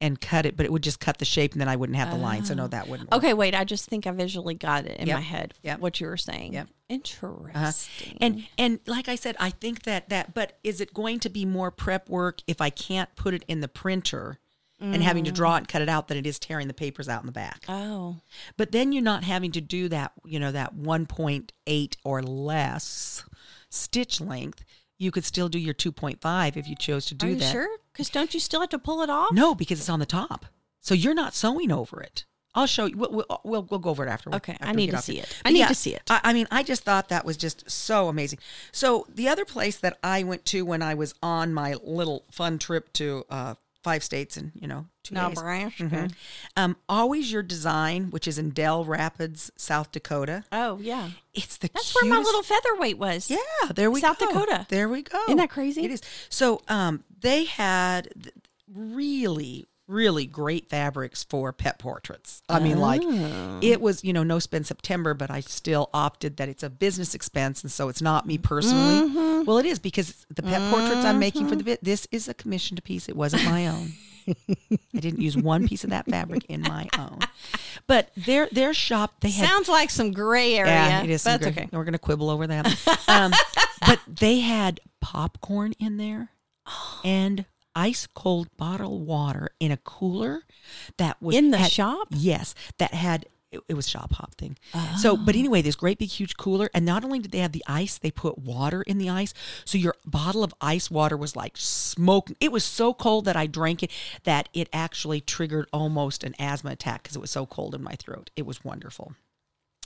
Speaker 2: and cut it, but it would just cut the shape and then I wouldn't have the line. So no, that wouldn't work.
Speaker 1: Okay, wait. I just think I visually got it in
Speaker 2: Yep.
Speaker 1: my head.
Speaker 2: Yep.
Speaker 1: What you were saying.
Speaker 2: Yep.
Speaker 1: Interesting.
Speaker 2: Uh-huh. And and like I said, I think that that but is it going to be more prep work if I can't put it in the printer and having
Speaker 1: Mm.
Speaker 2: to draw it and cut it out than it is tearing the papers out in the back?
Speaker 1: oh,
Speaker 2: But then you're not having to do that, you know, that 1.8 or less stitch length. You could still do your 2.5 if you chose to do
Speaker 1: are you
Speaker 2: that.
Speaker 1: sure? Because don't you still have to pull it off?
Speaker 2: No, because it's on the top. So you're not sewing over it. I'll show you. We'll, we'll, we'll, we'll go over it afterward.
Speaker 1: Okay, I
Speaker 2: after we
Speaker 1: need
Speaker 2: get
Speaker 1: to
Speaker 2: off
Speaker 1: see it. I
Speaker 2: But
Speaker 1: need to see it.
Speaker 2: I, I mean, I just thought that was just so amazing. So the other place that I went to when I was on my little fun trip to uh, five states and, you know, two days.
Speaker 1: Nebraska.
Speaker 2: Um, Always Your Design, which is in Del Rapids, South Dakota.
Speaker 1: Oh yeah,
Speaker 2: It's the
Speaker 1: that's where my
Speaker 2: cutest-
Speaker 1: little featherweight was.
Speaker 2: yeah. There we
Speaker 1: South
Speaker 2: go.
Speaker 1: Dakota.
Speaker 2: There we go.
Speaker 1: Isn't that crazy?
Speaker 2: It is. So um, they had th- really really great fabrics for pet portraits. I mean, like
Speaker 1: Oh.
Speaker 2: it was you know no spend September, but I still opted that it's a business expense, and so it's not me personally.
Speaker 1: Mm-hmm.
Speaker 2: Well, it is because the pet portraits I'm making for the bit. This is a commissioned piece. It wasn't my own. I didn't use one piece of that fabric in my own. But their their shop they had
Speaker 1: Sounds like some gray area.
Speaker 2: yeah, it is. some
Speaker 1: But that's
Speaker 2: gr-
Speaker 1: okay.
Speaker 2: We're going to quibble over that. Um, but they had popcorn in there and ice cold bottled water in a cooler that was
Speaker 1: In the
Speaker 2: had-
Speaker 1: shop?
Speaker 2: Yes, that had it, it was shop hop thing. So, but
Speaker 1: Oh.
Speaker 2: anyway, this great big huge cooler, and not only did they have the ice, they put water in the ice. So your bottle of ice water was like smoking. It was so cold that I drank it that it actually triggered almost an asthma attack because it was so cold in my throat. It was wonderful.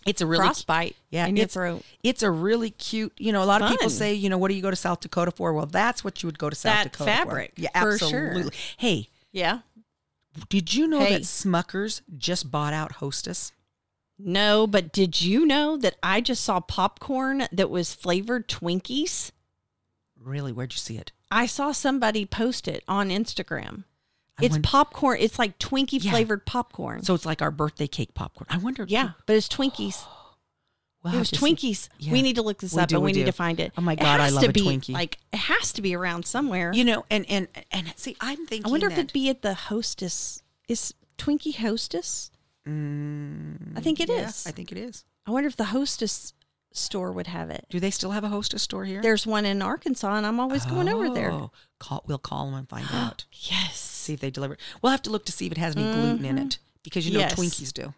Speaker 2: It's a really
Speaker 1: Frostbite
Speaker 2: yeah,
Speaker 1: in your
Speaker 2: it's-
Speaker 1: throat.
Speaker 2: It's a really cute, you know, a lot of people
Speaker 1: Fun.
Speaker 2: say, you know, what do you go to South Dakota for? Well, that's what you would go to South
Speaker 1: That
Speaker 2: Dakota
Speaker 1: fabric,
Speaker 2: for. Yeah,
Speaker 1: for sure.
Speaker 2: absolutely. Hey,
Speaker 1: Yeah.
Speaker 2: did you know
Speaker 1: Hey.
Speaker 2: that Smuckers just bought out Hostess?
Speaker 1: No, but did you know that I just saw popcorn that was flavored Twinkies?
Speaker 2: Really? Where'd you see it?
Speaker 1: I saw somebody post it on Instagram.
Speaker 2: I
Speaker 1: it's
Speaker 2: wonder-
Speaker 1: popcorn. It's like Twinkie
Speaker 2: Yeah.
Speaker 1: flavored popcorn.
Speaker 2: So it's like our birthday cake popcorn. I wonder. if
Speaker 1: yeah,
Speaker 2: people-
Speaker 1: but it's Twinkies. it
Speaker 2: we'll have
Speaker 1: was
Speaker 2: to see.
Speaker 1: Twinkies.
Speaker 2: Yeah.
Speaker 1: We need to look this
Speaker 2: We
Speaker 1: up
Speaker 2: do,
Speaker 1: and we,
Speaker 2: we
Speaker 1: need
Speaker 2: do.
Speaker 1: to find it.
Speaker 2: Oh my
Speaker 1: It
Speaker 2: God, I
Speaker 1: has
Speaker 2: love
Speaker 1: to
Speaker 2: a
Speaker 1: be,
Speaker 2: Twinkie.
Speaker 1: Like it has to be around somewhere.
Speaker 2: You know, and and and see, I'm thinking.
Speaker 1: I wonder if
Speaker 2: that-
Speaker 1: it'd be at the hostess. Is Twinkie hostess? I think it is.
Speaker 2: Mm, Yeah, I think it is.
Speaker 1: I wonder if the hostess store would have it.
Speaker 2: Do they still have a Hostess store here?
Speaker 1: There's one in Arkansas, and I'm always going over there.
Speaker 2: Oh. Call, we'll call them and find out.
Speaker 1: Yes.
Speaker 2: See if they deliver. We'll have to look to see if it has any gluten in it because you know
Speaker 1: Mm-hmm. Yes.
Speaker 2: Twinkies do.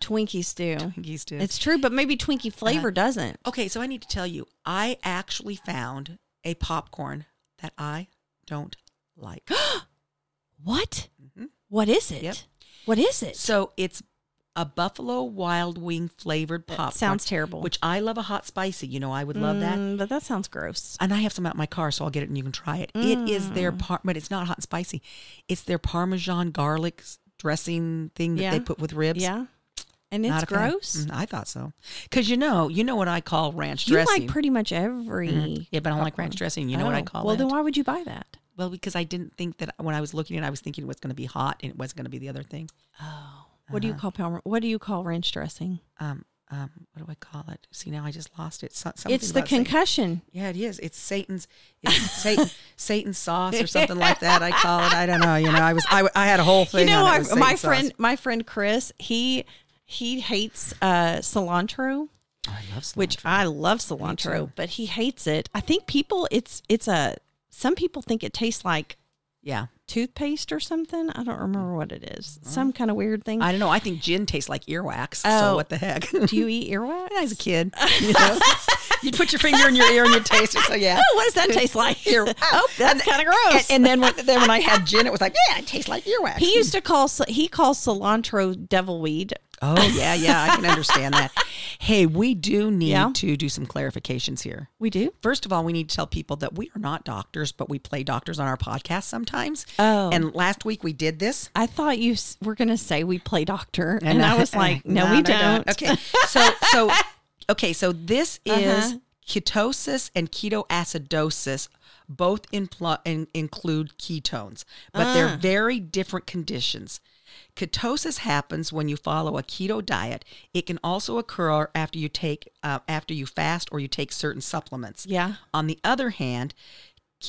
Speaker 1: Twinkies do.
Speaker 2: Twinkies Uh-huh. Oh. do.
Speaker 1: It's true, but maybe Twinkie flavor doesn't.
Speaker 2: Okay, so I need to tell you, I actually found a popcorn that I don't like.
Speaker 1: What? What is it?
Speaker 2: Mm-hmm. Yep.
Speaker 1: What is it?
Speaker 2: so it's a buffalo wild wing flavored popcorn.
Speaker 1: sounds terrible.
Speaker 2: Which I love a hot spicy. You know, I would love that.
Speaker 1: Mm, but that sounds gross.
Speaker 2: And I have some out in my car, so I'll get it and you can try it. It is their
Speaker 1: Mm.
Speaker 2: par, but it's not hot and spicy. It's their Parmesan garlic s- dressing thing that
Speaker 1: Yeah.
Speaker 2: they put with ribs.
Speaker 1: Yeah. And it's
Speaker 2: Not a fan.
Speaker 1: gross.
Speaker 2: Mm, I thought so, because you know, you know what I call ranch
Speaker 1: You
Speaker 2: dressing.
Speaker 1: like pretty much every.
Speaker 2: yeah, but I don't like ranch dressing. Mm-hmm. You know what I
Speaker 1: Oh,
Speaker 2: call
Speaker 1: Well,
Speaker 2: it.
Speaker 1: then why would you buy that?
Speaker 2: Well, because I didn't think that when I was looking at it, I was thinking it was going to be hot and it wasn't going to be the other thing.
Speaker 1: What
Speaker 2: Uh-huh.
Speaker 1: do you call Palmer? What do you call ranch dressing?
Speaker 2: Um, um, what do I call it? See, now I just lost it. So, something
Speaker 1: It's the
Speaker 2: about Satan.
Speaker 1: concussion.
Speaker 2: Yeah, it is. It's Satan's. It's Satan. Satan's sauce or something like that. I call it. I don't know. You know, I was. I, I had a whole
Speaker 1: You
Speaker 2: thing.
Speaker 1: know,
Speaker 2: on it
Speaker 1: I,
Speaker 2: with
Speaker 1: my
Speaker 2: Satan's sauce.
Speaker 1: friend, my friend Chris, he he hates uh, cilantro,
Speaker 2: I love cilantro.
Speaker 1: which I love cilantro,
Speaker 2: too.
Speaker 1: but he hates it. I think people, it's it's a some people think it tastes like
Speaker 2: Yeah,
Speaker 1: toothpaste or something. I don't remember what it is. Some kind of weird thing.
Speaker 2: Mm. I don't know. I think gin tastes like earwax.
Speaker 1: Oh.
Speaker 2: So what the heck?
Speaker 1: do you eat earwax?
Speaker 2: As a kid, you know, you'd put your finger in your ear and you'd taste it. So yeah.
Speaker 1: Oh, what does that taste like? oh, that's kind of gross.
Speaker 2: And, and then when then when I had gin, it was like yeah, it tastes like earwax.
Speaker 1: he used to call c- he calls cilantro devil weed.
Speaker 2: Oh yeah, yeah, I can understand that. Hey, we do need
Speaker 1: Yeah.
Speaker 2: to do some clarifications here.
Speaker 1: We do.
Speaker 2: First of all, we need to tell people that we are not doctors, but we play doctors on our podcast sometimes.
Speaker 1: Oh.
Speaker 2: and last week we did this.
Speaker 1: I thought you s- were going to say we play doctor, and, I was like, no, we don't.
Speaker 2: Okay, so so okay, so this is
Speaker 1: Uh-huh.
Speaker 2: ketosis and ketoacidosis. Both impl- in, include ketones, but
Speaker 1: Ah.
Speaker 2: they're very different conditions. Ketosis happens when you follow a keto diet. It can also occur after you take uh, after you fast or you take certain supplements.
Speaker 1: Yeah.
Speaker 2: On the other hand,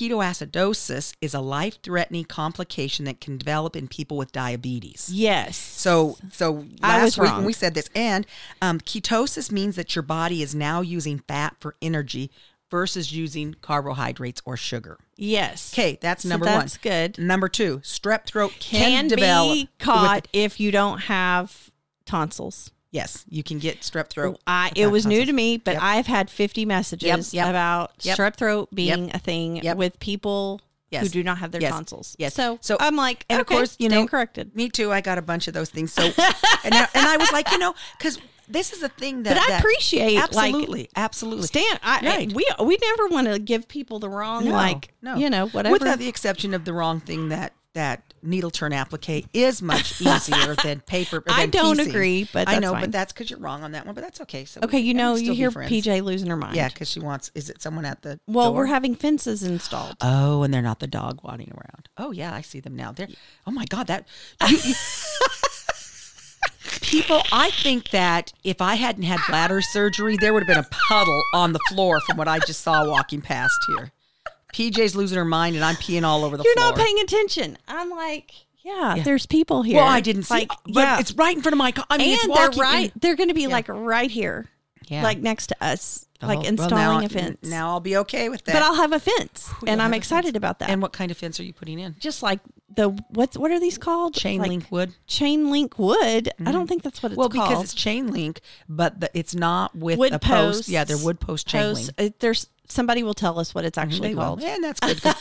Speaker 2: ketoacidosis is a life-threatening complication that can develop in people with diabetes.
Speaker 1: Yes.
Speaker 2: So, so
Speaker 1: I
Speaker 2: last
Speaker 1: was
Speaker 2: week
Speaker 1: wrong.
Speaker 2: when we said this, and um, ketosis means that your body is now using fat for energy versus using carbohydrates or sugar.
Speaker 1: yes.
Speaker 2: Okay, that's
Speaker 1: So
Speaker 2: number
Speaker 1: that's
Speaker 2: one.
Speaker 1: good.
Speaker 2: Number two, strep throat
Speaker 1: Can,
Speaker 2: can, develop.
Speaker 1: be
Speaker 2: with-
Speaker 1: caught if you don't have tonsils.
Speaker 2: yes, you can get strep throat.
Speaker 1: I it
Speaker 2: without
Speaker 1: was new
Speaker 2: Oh, tonsils.
Speaker 1: to me, but
Speaker 2: Yep.
Speaker 1: I've had 50 messages
Speaker 2: yep.
Speaker 1: about
Speaker 2: Yep.
Speaker 1: strep throat being a thing
Speaker 2: Yep.
Speaker 1: with people who
Speaker 2: Yes.
Speaker 1: do not have their
Speaker 2: Yes.
Speaker 1: tonsils.
Speaker 2: Yes.
Speaker 1: So,
Speaker 2: So-
Speaker 1: I'm like,
Speaker 2: and of
Speaker 1: okay,
Speaker 2: course, you know-
Speaker 1: stand corrected.
Speaker 2: Me too. I got a bunch of those things. So, and I, and I was like, you know, because this is the thing that
Speaker 1: But I
Speaker 2: that-
Speaker 1: appreciate, like,
Speaker 2: absolutely, absolutely.
Speaker 1: Stan, I,
Speaker 2: Right.
Speaker 1: we we never want to give people the wrong
Speaker 2: No,
Speaker 1: like
Speaker 2: no.
Speaker 1: you know whatever.
Speaker 2: Without the exception of the wrong thing that that needle turn applique is much easier than paper.
Speaker 1: I
Speaker 2: than
Speaker 1: don't
Speaker 2: piecing.
Speaker 1: agree, but
Speaker 2: I
Speaker 1: that's
Speaker 2: know,
Speaker 1: fine.
Speaker 2: but that's because you're wrong on that one. But that's okay. So
Speaker 1: okay,
Speaker 2: we
Speaker 1: you
Speaker 2: can
Speaker 1: know
Speaker 2: still
Speaker 1: you
Speaker 2: be
Speaker 1: hear
Speaker 2: friends.
Speaker 1: PJ losing her mind.
Speaker 2: Yeah, because she wants. Is it someone at the?
Speaker 1: Well,
Speaker 2: door?
Speaker 1: we're having fences installed.
Speaker 2: Oh, and they're not the dog waddling around. Oh yeah, I see them now. They're. Oh my God, that. You, you- People, I think that if I hadn't had bladder surgery, there would have been a puddle on the floor from what I just saw walking past here. PJ's losing her mind, and I'm peeing all over the
Speaker 1: You're
Speaker 2: floor.
Speaker 1: not paying attention. I'm like, yeah, there's people here.
Speaker 2: Well, I didn't
Speaker 1: like,
Speaker 2: see. But
Speaker 1: yeah,
Speaker 2: it's right in front of my. Co- I mean, it's
Speaker 1: and they're
Speaker 2: walking
Speaker 1: right.
Speaker 2: in-
Speaker 1: They're going to be like right here,
Speaker 2: Yeah.
Speaker 1: like next to us,
Speaker 2: Oh,
Speaker 1: like
Speaker 2: well,
Speaker 1: installing
Speaker 2: now-
Speaker 1: a fence.
Speaker 2: Now I'll be okay with that.
Speaker 1: but I'll have a fence, and I'm
Speaker 2: you'll have a
Speaker 1: excited about that.
Speaker 2: and what kind of fence are you putting in?
Speaker 1: just like the what's what are these called?
Speaker 2: Chain
Speaker 1: Like,
Speaker 2: link wood.
Speaker 1: Chain link wood. I don't think that's what it's
Speaker 2: Well,
Speaker 1: called.
Speaker 2: because it's chain link, but the, it's not with
Speaker 1: Wood
Speaker 2: a post.
Speaker 1: posts.
Speaker 2: Yeah, they're wood post chain
Speaker 1: Post-
Speaker 2: link. Mm-hmm,
Speaker 1: uh, There's somebody will tell us what it's actually
Speaker 2: They will.
Speaker 1: called.
Speaker 2: And that's good. 'cause-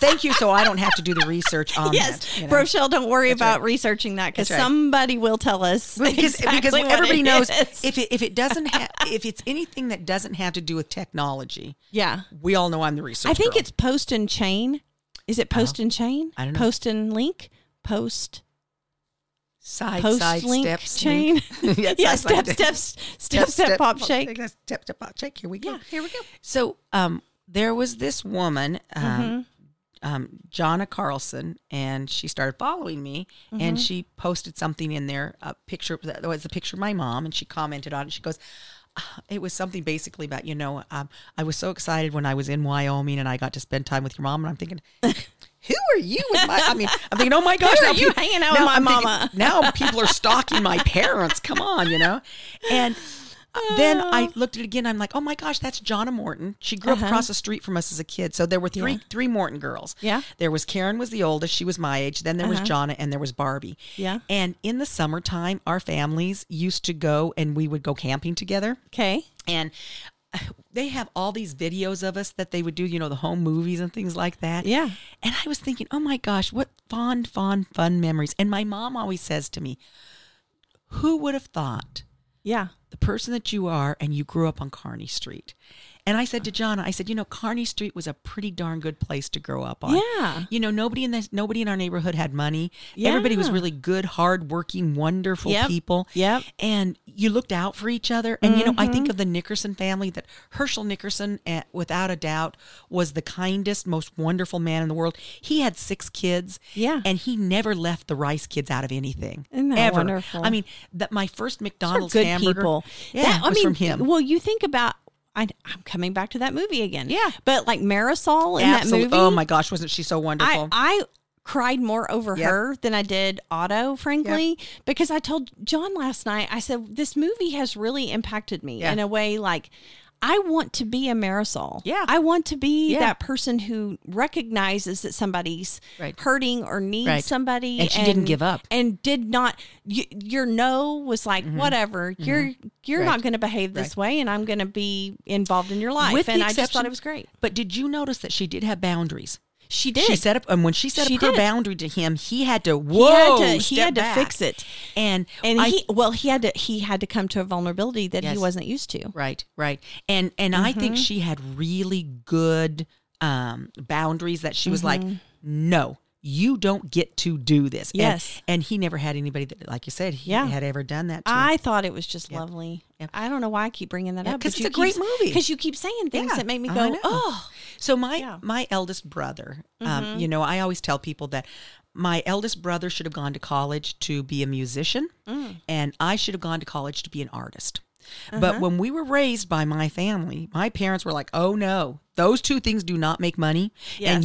Speaker 2: Thank you. So I don't have to do the research on
Speaker 1: Yes,
Speaker 2: that. you know.
Speaker 1: Rochelle, don't worry about researching that because
Speaker 2: That's right.
Speaker 1: somebody will tell us
Speaker 2: Well, because
Speaker 1: exactly
Speaker 2: because
Speaker 1: what
Speaker 2: everybody
Speaker 1: it
Speaker 2: knows
Speaker 1: is.
Speaker 2: if it, if it doesn't have if it's anything that doesn't have to do with technology,
Speaker 1: yeah,
Speaker 2: we all know I'm the research.
Speaker 1: I think
Speaker 2: girl.
Speaker 1: it's post and chain. Is it post and chain?
Speaker 2: I don't know.
Speaker 1: Post and link. Post
Speaker 2: side
Speaker 1: post
Speaker 2: side
Speaker 1: link
Speaker 2: steps
Speaker 1: chain.
Speaker 2: link.
Speaker 1: yeah,
Speaker 2: Yeah, side,
Speaker 1: step, step,
Speaker 2: side,
Speaker 1: step step pop shake.
Speaker 2: Step step pop shake. Here we go.
Speaker 1: Yeah, here we go.
Speaker 2: So um, there was this woman, um, um, Jonna Carlson, and she started following me,
Speaker 1: Mm-hmm.
Speaker 2: and she posted something in there, a picture that was a picture of my mom, and she commented on it. She goes. "Ah," It was something basically about you know um, I was so excited when I was in Wyoming and I got to spend time with your mom and I'm thinking who are you with my I mean I'm thinking oh my gosh
Speaker 1: Who
Speaker 2: now
Speaker 1: are you
Speaker 2: peop-
Speaker 1: hanging out with
Speaker 2: now
Speaker 1: my
Speaker 2: I'm thinking,
Speaker 1: mama?
Speaker 2: now people are stalking my parents come on you know and then I looked at it again. I'm like, oh my gosh, that's Jonna Morton. She grew
Speaker 1: Uh-huh.
Speaker 2: up across the street from us as a kid. So there were three three Morton girls.
Speaker 1: Yeah. Uh-huh.
Speaker 2: There was Karen was the oldest. She was my age. Then there was Jonna, and there was Barbie.
Speaker 1: Yeah.
Speaker 2: And in the summertime, our families used to go, and we would go camping together
Speaker 1: Okay.
Speaker 2: and uh, they have all these videos of us that they would do, you know, the home movies and things like that.
Speaker 1: Yeah.
Speaker 2: And I was thinking, oh my gosh, what fond, fond, fun memories. And my mom always says to me, who would have thought
Speaker 1: Yeah.
Speaker 2: the person that you are and you grew up on Kearney Street? And I said to Jonna, I said, you know, Kearney Street was a pretty darn good place to grow up on.
Speaker 1: Yeah.
Speaker 2: You know, nobody in this, nobody in our neighborhood had money. Everybody was
Speaker 1: Yeah.
Speaker 2: really good, hardworking, wonderful
Speaker 1: Yep.
Speaker 2: people.
Speaker 1: Yep. Mm-hmm.
Speaker 2: And you looked out for each other. And, you know, I think of the Nickerson family that Herschel Nickerson, eh, without a doubt, was the kindest, most wonderful man in the world. He had six kids.
Speaker 1: Yeah.
Speaker 2: And he never left the Rice kids out of anything.
Speaker 1: Isn't that
Speaker 2: ever.
Speaker 1: wonderful?
Speaker 2: I mean, that my first McDonald's
Speaker 1: good
Speaker 2: hamburger.
Speaker 1: people.
Speaker 2: Yeah.
Speaker 1: That- I
Speaker 2: was
Speaker 1: mean,
Speaker 2: from him.
Speaker 1: well, you think about. I, I'm coming back to that movie again.
Speaker 2: Yeah.
Speaker 1: but like Marisol in that
Speaker 2: Absolute-
Speaker 1: movie.
Speaker 2: Oh my gosh, wasn't she so wonderful?
Speaker 1: I, I cried more over
Speaker 2: Yep.
Speaker 1: her than I did Otto, frankly, because I told John last night, I said, this movie has really impacted me
Speaker 2: Yeah.
Speaker 1: in a way like, I want to be a Marisol.
Speaker 2: Yeah.
Speaker 1: I want to be
Speaker 2: Yeah.
Speaker 1: that person who recognizes that somebody's
Speaker 2: Right.
Speaker 1: hurting or needs
Speaker 2: Right.
Speaker 1: somebody.
Speaker 2: And she didn't give up. Mm-hmm.
Speaker 1: And did not, y- your no was like, whatever, you're, you're not going to behave this way and I'm going to be involved in your life.
Speaker 2: With the
Speaker 1: and I just thought
Speaker 2: exception-
Speaker 1: it was great.
Speaker 2: But did you notice that she did have boundaries?
Speaker 1: She did.
Speaker 2: She set up, and when she set
Speaker 1: She
Speaker 2: up her
Speaker 1: did.
Speaker 2: boundary to him, he had to
Speaker 1: he had
Speaker 2: whoa,
Speaker 1: to, he
Speaker 2: step
Speaker 1: had to
Speaker 2: back.
Speaker 1: fix it.
Speaker 2: And
Speaker 1: and
Speaker 2: I,
Speaker 1: he well he had to he had to come to a vulnerability that
Speaker 2: Yes.
Speaker 1: he wasn't used to
Speaker 2: right, right, and and I think she had really good um, boundaries that she was like, no. You don't get to do this. And-
Speaker 1: Yes.
Speaker 2: and, he never had anybody that, like you said, he
Speaker 1: Yeah.
Speaker 2: had ever done that. to him.
Speaker 1: i thought it was just lovely i don't know why i keep bringing that up
Speaker 2: 'cause it's a great movie.
Speaker 1: because you keep saying things
Speaker 2: Yeah,
Speaker 1: that make me
Speaker 2: I
Speaker 1: go
Speaker 2: know.
Speaker 1: oh
Speaker 2: So my
Speaker 1: Yeah. Mm-hmm.
Speaker 2: my eldest brother, um, you know, I always tell people that my eldest brother should have gone to college to be a musician,
Speaker 1: Mm.
Speaker 2: and I should have gone to college to be an artist.
Speaker 1: Uh-huh.
Speaker 2: But when we were raised by my family, my parents were like, "Oh no, those two things do not make money, and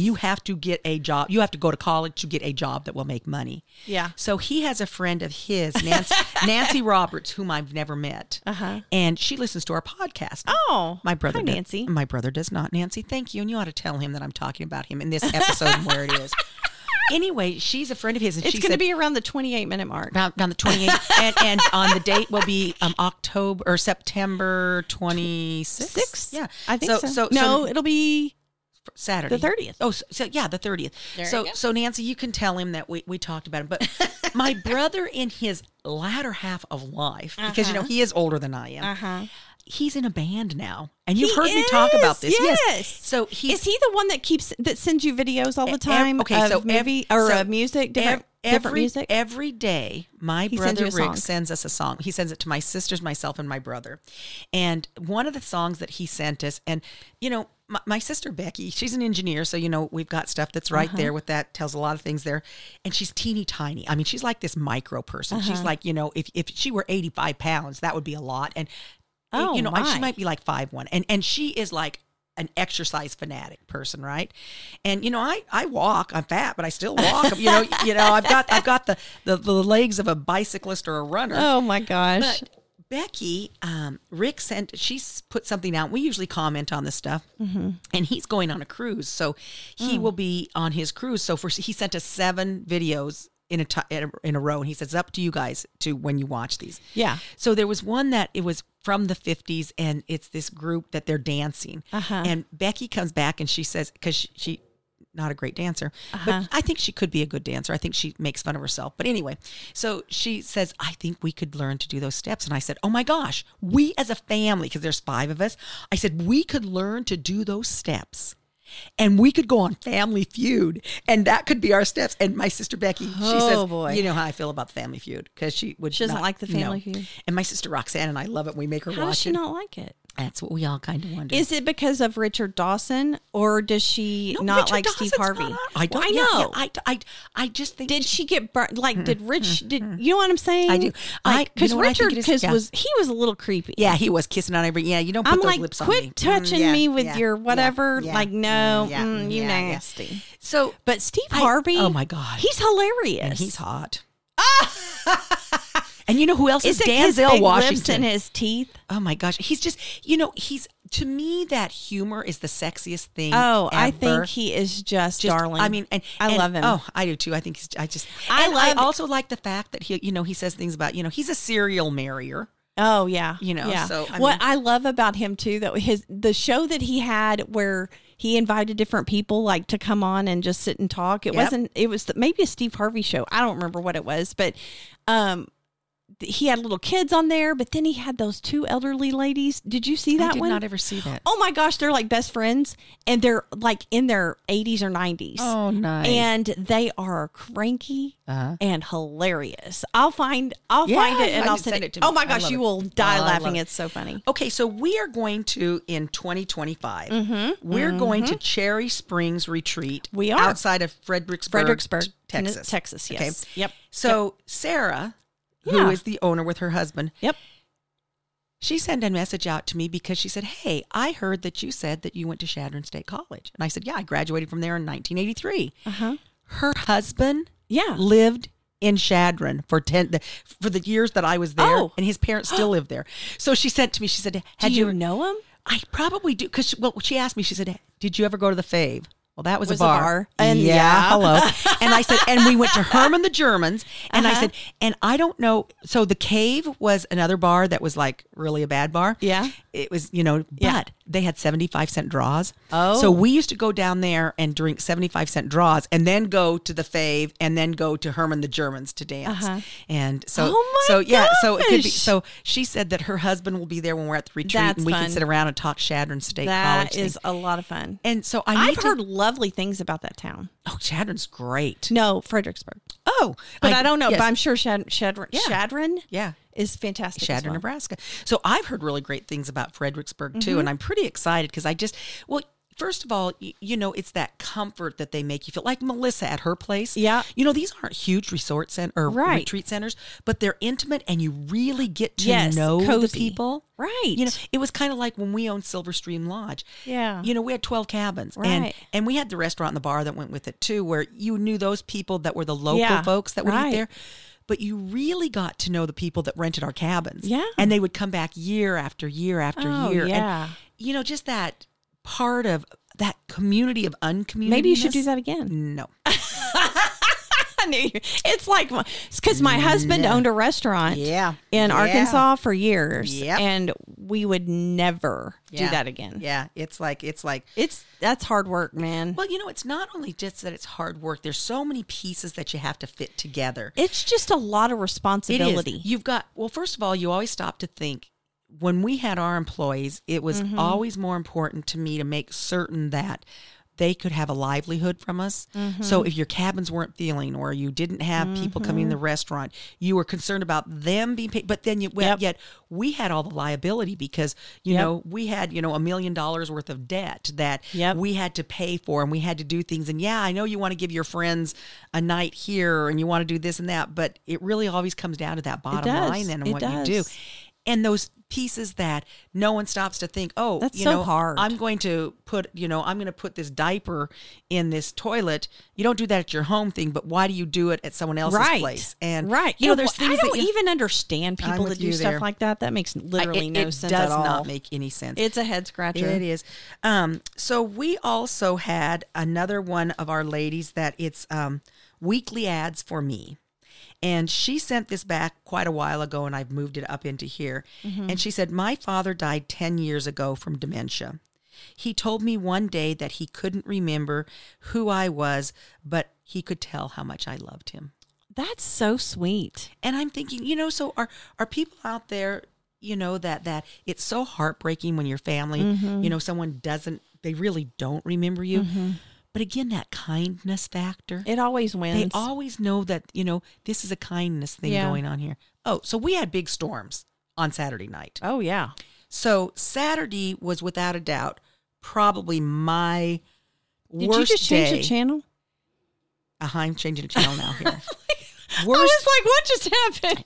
Speaker 1: Yes.
Speaker 2: you have to get a job. You have to go to college to get a job that will make money."
Speaker 1: yeah
Speaker 2: So he has a friend of his, Nancy, Nancy Roberts, whom I've never met,
Speaker 1: Uh-huh.
Speaker 2: and she listens to our podcast.
Speaker 1: oh
Speaker 2: My brother, Mm.
Speaker 1: hi,
Speaker 2: does-
Speaker 1: nancy
Speaker 2: My brother does not, Nancy. Thank you, and you ought to tell him that I'm talking about him in this episode and where it is. Anyway, she's a friend of his, and
Speaker 1: it's
Speaker 2: she
Speaker 1: going to
Speaker 2: said
Speaker 1: be around the 28 minute mark
Speaker 2: around, around the 28th, and, and on the date will be um, October or September 26th.
Speaker 1: six
Speaker 2: yeah,
Speaker 1: i think so,
Speaker 2: So,
Speaker 1: no it'll be
Speaker 2: Saturday,
Speaker 1: the 30th.
Speaker 2: Oh, so, so yeah, the 30th.
Speaker 1: There
Speaker 2: so,
Speaker 1: you go.
Speaker 2: so Nancy, you can tell him that we we talked about it. But my brother, in his latter half of life, because you know he is older than I am.
Speaker 1: uh-huh
Speaker 2: He's in a band now, and you've
Speaker 1: He
Speaker 2: heard me talk about
Speaker 1: is,
Speaker 2: this.
Speaker 1: yes.
Speaker 2: So he's E,
Speaker 1: is he the one that keeps that sends you videos all the
Speaker 2: Ev-
Speaker 1: time
Speaker 2: okay,
Speaker 1: of
Speaker 2: so ev-
Speaker 1: movie or
Speaker 2: so
Speaker 1: uh, music different,
Speaker 2: ev-
Speaker 1: different music
Speaker 2: Every day, my
Speaker 1: He sends
Speaker 2: brother
Speaker 1: you a song.
Speaker 2: Rick sends us a song. He sends it to my sisters, myself, and my brother. And one of the songs that he sent us, and you know, my, my sister Becky, she's an engineer, so you know we've got stuff that's right
Speaker 1: Uh-huh.
Speaker 2: there with that tells a lot of things there. And she's teeny tiny. I mean, she's like this micro person. She's
Speaker 1: Uh-huh.
Speaker 2: like, you know, if if she were eighty five pounds, that would be a lot. And
Speaker 1: Oh,
Speaker 2: you know, and she
Speaker 1: my.
Speaker 2: might be like five one, and and she is like an exercise fanatic person, right? And you know, I I walk. I'm fat, but I still walk. you know, you know, I've got I've got the the, the legs of a bicyclist or a runner.
Speaker 1: oh my gosh
Speaker 2: But Becky, um, Rick sent, she s- put something out. We usually comment on this stuff. And he's going on a cruise. So he will be on his cruise. So for he sent us seven videos in a, ti- in a, in a row. And he says, it's up to you guys to when you watch these.
Speaker 1: Yeah.
Speaker 2: So there was one that it was from the 50s and it's this group that they're dancing.
Speaker 1: Uh-huh.
Speaker 2: And Becky comes back and she says, because she, she not a great dancer,
Speaker 1: Uh-huh.
Speaker 2: but I think she could be a good dancer. I think she makes fun of herself. But anyway, so she says, I think we could learn to do those steps. And I said, Oh my gosh, we as a family, because there's five of us, I said, we could learn to do those steps. And we could go on Family Feud, and that could be our steps. And my sister Becky, she
Speaker 1: Oh,
Speaker 2: says,
Speaker 1: boy.
Speaker 2: "You know how I feel about the Family Feud because she would
Speaker 1: She doesn't like the Family
Speaker 2: no.
Speaker 1: Feud.
Speaker 2: And my sister Roxanne and I love it. We make her
Speaker 1: How does
Speaker 2: watch
Speaker 1: she
Speaker 2: it.
Speaker 1: not like it?
Speaker 2: That's what we all kind of wonder.
Speaker 1: Is it because of Richard Dawson or does she
Speaker 2: No,
Speaker 1: not
Speaker 2: Richard
Speaker 1: like Steve
Speaker 2: Dawson's
Speaker 1: Harvey?
Speaker 2: not on- I don't
Speaker 1: Well, I
Speaker 2: yeah,
Speaker 1: know.
Speaker 2: yeah, I, I, I just think
Speaker 1: did she get burnt? Like, did Rich? Did you know what I'm saying?
Speaker 2: mm-hmm, I do. I- you
Speaker 1: Like, because
Speaker 2: know what I think
Speaker 1: Richard,
Speaker 2: it is?
Speaker 1: because
Speaker 2: Yeah.
Speaker 1: was he was a little creepy.
Speaker 2: Yeah, he was kissing on every. Yeah, you don't put
Speaker 1: I'm
Speaker 2: those
Speaker 1: like,
Speaker 2: lips on
Speaker 1: quit
Speaker 2: me. Mm,
Speaker 1: touching
Speaker 2: yeah,
Speaker 1: me with
Speaker 2: yeah,
Speaker 1: your
Speaker 2: yeah,
Speaker 1: whatever.
Speaker 2: yeah,
Speaker 1: like, no,
Speaker 2: mm, yeah,
Speaker 1: mm, you
Speaker 2: yeah, yeah.
Speaker 1: nasty.
Speaker 2: So,
Speaker 1: But Steve
Speaker 2: I-
Speaker 1: Harvey,
Speaker 2: oh my gosh.
Speaker 1: he's hilarious.
Speaker 2: and he's hot. and you know who else is,
Speaker 1: Is it his
Speaker 2: Danzel
Speaker 1: big lips
Speaker 2: Washington?
Speaker 1: and his teeth?
Speaker 2: oh my gosh, he's just. You know, he's to me that humor is the sexiest thing.
Speaker 1: Oh, I
Speaker 2: ever.
Speaker 1: think he is just,
Speaker 2: Just-
Speaker 1: darling.
Speaker 2: I mean, and
Speaker 1: I
Speaker 2: and-
Speaker 1: love him.
Speaker 2: Oh, I do too. I think he's. I just.
Speaker 1: I
Speaker 2: I love.
Speaker 1: love-
Speaker 2: I also like the fact that he. You know, he says things about. You know, he's a serial marrier.
Speaker 1: Oh yeah,
Speaker 2: You know,
Speaker 1: Yeah.
Speaker 2: so, I
Speaker 1: what
Speaker 2: mean-
Speaker 1: I love about him too, though, his the show that he had where he invited different people like to come on and just sit and talk. It
Speaker 2: Yep.
Speaker 1: wasn't. It was the, maybe a Steve Harvey show. I don't remember what it was, but um, th- he had little kids on there. But then he had those two elderly ladies. Did you see that
Speaker 2: I did
Speaker 1: one?
Speaker 2: not e ever see that.
Speaker 1: oh my gosh, they're like best friends, and they're like in their eighties or nineties.
Speaker 2: nice.
Speaker 1: And they are cranky
Speaker 2: Uh-huh.
Speaker 1: and hilarious. I'll find I'll
Speaker 2: Yeah,
Speaker 1: find it and
Speaker 2: I
Speaker 1: I'll
Speaker 2: can
Speaker 1: send,
Speaker 2: send
Speaker 1: it.
Speaker 2: it to
Speaker 1: Oh
Speaker 2: me.
Speaker 1: my
Speaker 2: I
Speaker 1: gosh,
Speaker 2: love
Speaker 1: you
Speaker 2: it.
Speaker 1: will die
Speaker 2: Oh, I love
Speaker 1: laughing.
Speaker 2: it.
Speaker 1: It's so funny.
Speaker 2: Okay, so we are going to in 2025. We're going to Cherry Springs Retreat.
Speaker 1: Mm-hmm. We are.
Speaker 2: outside of Fredericksburg,
Speaker 1: Fredericksburg,
Speaker 2: t- Texas.
Speaker 1: Texas,
Speaker 2: Okay?
Speaker 1: yes. Yep.
Speaker 2: So Sarah,
Speaker 1: Yeah.
Speaker 2: who is the owner with her husband,
Speaker 1: Yep.
Speaker 2: she sent a message out to me because she said, "Hey, I heard that you said that you went to Shadron State College," and I said, "Yeah, I graduated from there in 1983."
Speaker 1: Uh-huh.
Speaker 2: Her husband
Speaker 1: Yeah.
Speaker 2: lived in Shadron for ten the, for the years that I was there,
Speaker 1: Oh.
Speaker 2: and his parents still lived there. So she said to me, she said, "Had
Speaker 1: Do you, know him?
Speaker 2: I probably do because well, she asked me. She said, "Did you ever go to the Fave?" Well, that was,
Speaker 1: Was
Speaker 2: a
Speaker 1: a
Speaker 2: bar.
Speaker 1: bar. And
Speaker 2: yeah,
Speaker 1: yeah.
Speaker 2: hello. And I said, and we went to Herman the Germans. And
Speaker 1: Uh-huh.
Speaker 2: I said, and I don't know. So the Cave was another bar that was like really a bad bar.
Speaker 1: Yeah.
Speaker 2: it was you know, but
Speaker 1: Yeah.
Speaker 2: they had seventy five cent draws.
Speaker 1: Oh.
Speaker 2: so we used to go down there and drink seventy five cent draws, and then go to the Fave, and then go to Herman the Germans to dance.
Speaker 1: Uh-huh.
Speaker 2: And so,
Speaker 1: Oh my
Speaker 2: so yeah, so it could be.
Speaker 1: gosh.
Speaker 2: So she said that her husband will be there when we're at the retreat,
Speaker 1: That's
Speaker 2: and we
Speaker 1: fun.
Speaker 2: can sit around and talk Shadron State College.
Speaker 1: That
Speaker 2: thing.
Speaker 1: is a lot of fun.
Speaker 2: and so I need
Speaker 1: I've
Speaker 2: to,
Speaker 1: heard lovely things about that town.
Speaker 2: Oh, Shadron's great.
Speaker 1: No, Fredericksburg.
Speaker 2: Oh,
Speaker 1: But I, don't know,
Speaker 2: yes,
Speaker 1: but I'm sure Shad, Shadron,
Speaker 2: Yeah.
Speaker 1: Shadron
Speaker 2: yeah.
Speaker 1: is fantastic. as
Speaker 2: Shadron,
Speaker 1: well.
Speaker 2: Nebraska. So I've heard really great things about Fredericksburg
Speaker 1: Mm-hmm.
Speaker 2: too, and I'm pretty excited because I just well. First of all, y- you know, it's that comfort that they make you feel like Melissa at her place.
Speaker 1: Yeah.
Speaker 2: You know, these aren't huge resort center or
Speaker 1: Right.
Speaker 2: retreat centers, but they're intimate and you really get to
Speaker 1: Yes,
Speaker 2: know the
Speaker 1: cozy.
Speaker 2: people.
Speaker 1: Right.
Speaker 2: You know, it was kind of like when we owned Silver Stream Lodge.
Speaker 1: Yeah.
Speaker 2: You know, we had 12 cabins
Speaker 1: Right.
Speaker 2: and and we had the restaurant and the bar that went with it too where you knew those people that were the local
Speaker 1: Yeah,
Speaker 2: folks that would
Speaker 1: right.
Speaker 2: eat there. But you really got to know the people that rented our cabins.
Speaker 1: Yeah.
Speaker 2: And they would come back year after year after
Speaker 1: Oh,
Speaker 2: year.
Speaker 1: yeah.
Speaker 2: And you know, just that part of that community of uncommunity.
Speaker 1: Maybe you should do that again.
Speaker 2: No.
Speaker 1: I knew you. It's like because my husband owned a restaurant,
Speaker 2: Yeah.
Speaker 1: in
Speaker 2: Yeah.
Speaker 1: Arkansas for years,
Speaker 2: Yep.
Speaker 1: and we would never do
Speaker 2: Yeah.
Speaker 1: that again.
Speaker 2: Yeah. It's like it's like
Speaker 1: It's that's hard work, man.
Speaker 2: well, you know, it's not only just that it's hard work. There's so many pieces that you have to fit together.
Speaker 1: It's just a lot of responsibility.
Speaker 2: It is. You've got well, first of all, you always stop to think. When we had our employees, it was
Speaker 1: Mm-hmm.
Speaker 2: always more important to me to make certain that they could have a livelihood from us. So
Speaker 1: Mm-hmm.
Speaker 2: if your cabins weren't feeling or you didn't have people coming in the restaurant, you were concerned about them being paid. But then you well,
Speaker 1: Yep.
Speaker 2: yet we had all the liability because, you
Speaker 1: Yep.
Speaker 2: know, we had, you know, a million dollars worth of debt that
Speaker 1: Yep.
Speaker 2: we had to pay for and we had to do things and yeah i know you want to give your friends a night here and you want to do this and that but it really always comes down to that bottom
Speaker 1: does.
Speaker 2: line then and
Speaker 1: It
Speaker 2: what you do
Speaker 1: does.
Speaker 2: and those pieces that no one stops to think, oh,
Speaker 1: That's
Speaker 2: you
Speaker 1: so
Speaker 2: know,
Speaker 1: hard.
Speaker 2: I'm going to put, you know, I'm going to put this diaper in this toilet. You don't do that at your home thing, but why do you do it at someone else's
Speaker 1: right.
Speaker 2: place? And
Speaker 1: right.
Speaker 2: you know, there's
Speaker 1: wh-
Speaker 2: things
Speaker 1: I don't
Speaker 2: that you,
Speaker 1: even understand
Speaker 2: I'm
Speaker 1: people
Speaker 2: with
Speaker 1: that do
Speaker 2: you
Speaker 1: stuff
Speaker 2: there.
Speaker 1: like that. That makes literally
Speaker 2: it,
Speaker 1: no
Speaker 2: it
Speaker 1: sense at
Speaker 2: does
Speaker 1: all.
Speaker 2: not make any sense.
Speaker 1: it's a head scratcher.
Speaker 2: It is. Um, so we also had another one of our ladies that it's um, weekly ads for me. And she sent this back quite a while ago, and I've moved it up into here. And she said, My father died 10 years ago from dementia. He told me one day that he couldn't remember who I was, but he could tell how much I loved him.
Speaker 1: That's so sweet.
Speaker 2: And I'm thinking, you know, so are are people out there, you know, that that it's so heartbreaking when your family,
Speaker 1: Mm-hmm.
Speaker 2: you know, someone doesn't they really don't remember you. But again, that kindness factor.
Speaker 1: It always
Speaker 2: they
Speaker 1: wins.
Speaker 2: always know that, you know, this is a kindness thing
Speaker 1: Yeah.
Speaker 2: going on here. Oh, so we had big storms on Saturday night.
Speaker 1: oh yeah.
Speaker 2: So Saturday was without a doubt probably my
Speaker 1: Did
Speaker 2: worst
Speaker 1: you just change
Speaker 2: day.
Speaker 1: the channel?
Speaker 2: Uh, I'm changing the channel now here.
Speaker 1: I
Speaker 2: worst
Speaker 1: was like, what just happened?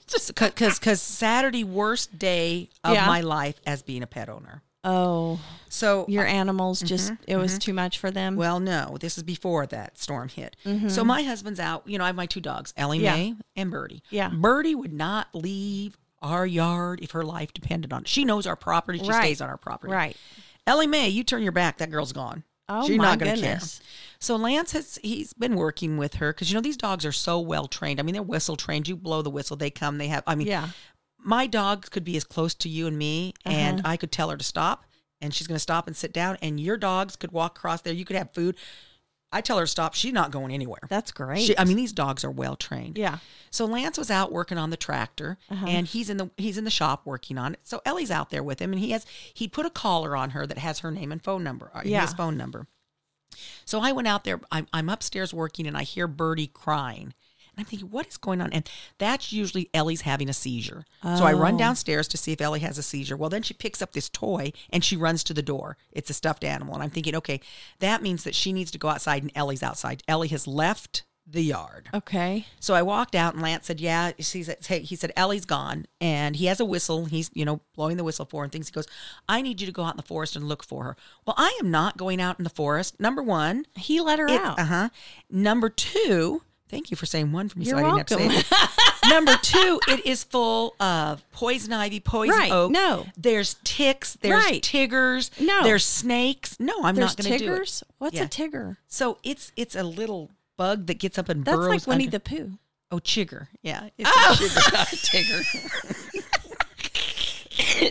Speaker 2: because because Saturday worst day of
Speaker 1: Yeah.
Speaker 2: my life as being a pet owner.
Speaker 1: oh,
Speaker 2: So
Speaker 1: your animals just it was too much for them.
Speaker 2: Uh, mm-hmm, well, no, this is before that storm hit. So my husband's out. You know, I have my two dogs, Ellie
Speaker 1: Mm-hmm. Yeah.
Speaker 2: Mae and Birdie.
Speaker 1: Yeah.
Speaker 2: Birdie would not leave our yard if her life depended on it. She knows our property. She
Speaker 1: Right.
Speaker 2: stays on our property.
Speaker 1: right.
Speaker 2: Ellie Mae, you turn your back, that girl's gone.
Speaker 1: Oh,
Speaker 2: She's
Speaker 1: my
Speaker 2: not gonna care.
Speaker 1: goodness.
Speaker 2: So Lance has he's been working with her because you know these dogs are so well trained. I mean, they're whistle trained. You blow the whistle, they come. They have. I mean,
Speaker 1: Yeah.
Speaker 2: my dog could be as close to you and me, and
Speaker 1: Uh-huh.
Speaker 2: I could tell her to stop, and she's going to stop and sit down. And your dogs could walk across there. You could have food. I tell her to stop. She's not going anywhere.
Speaker 1: That's great.
Speaker 2: She, uh, I mean, these dogs are well trained.
Speaker 1: yeah.
Speaker 2: So Lance was out working on the tractor, and he's in the he's in the shop working on it. So Ellie's out there with him, and he has he put a collar on her that has her name and phone number. uh,
Speaker 1: Yeah.
Speaker 2: his phone number. So I went out there. I'm, I'm upstairs working, and I hear Birdie crying. And I'm thinking, what is going on? And that's usually Ellie's having a seizure. So I run downstairs to see if Ellie has a seizure. Well, then she picks up this toy and she runs to the door. It's a stuffed animal. And I'm thinking, okay, that means that she needs to go outside and Ellie's outside. Ellie has left the yard.
Speaker 1: Okay.
Speaker 2: So I walked out, and Lance said, "Yeah." She said, "Hey," he said, "Ellie's gone, and he has a whistle. He's you know blowing the whistle for her and things." He goes, "I need you to go out in the forest and look for her." Well, I am not going out in the forest. Number one,
Speaker 1: He let her out.
Speaker 2: uh huh. Number two, thank you for saying one for me.
Speaker 1: You're
Speaker 2: so I didn't have to say it. Number two, it is full of poison ivy, poison
Speaker 1: Right,
Speaker 2: oak.
Speaker 1: no.
Speaker 2: there's ticks. There's
Speaker 1: Right.
Speaker 2: tigers.
Speaker 1: No.
Speaker 2: there's snakes. No, I'm
Speaker 1: There's
Speaker 2: not going to do it.
Speaker 1: tiggers. What's
Speaker 2: Yeah.
Speaker 1: a tigger?
Speaker 2: So it's it's a little bug that gets up and
Speaker 1: That's
Speaker 2: burrows
Speaker 1: like Winnie
Speaker 2: under-
Speaker 1: the Pooh.
Speaker 2: Oh, chigger. Yeah. It's a chigger, not a tigger.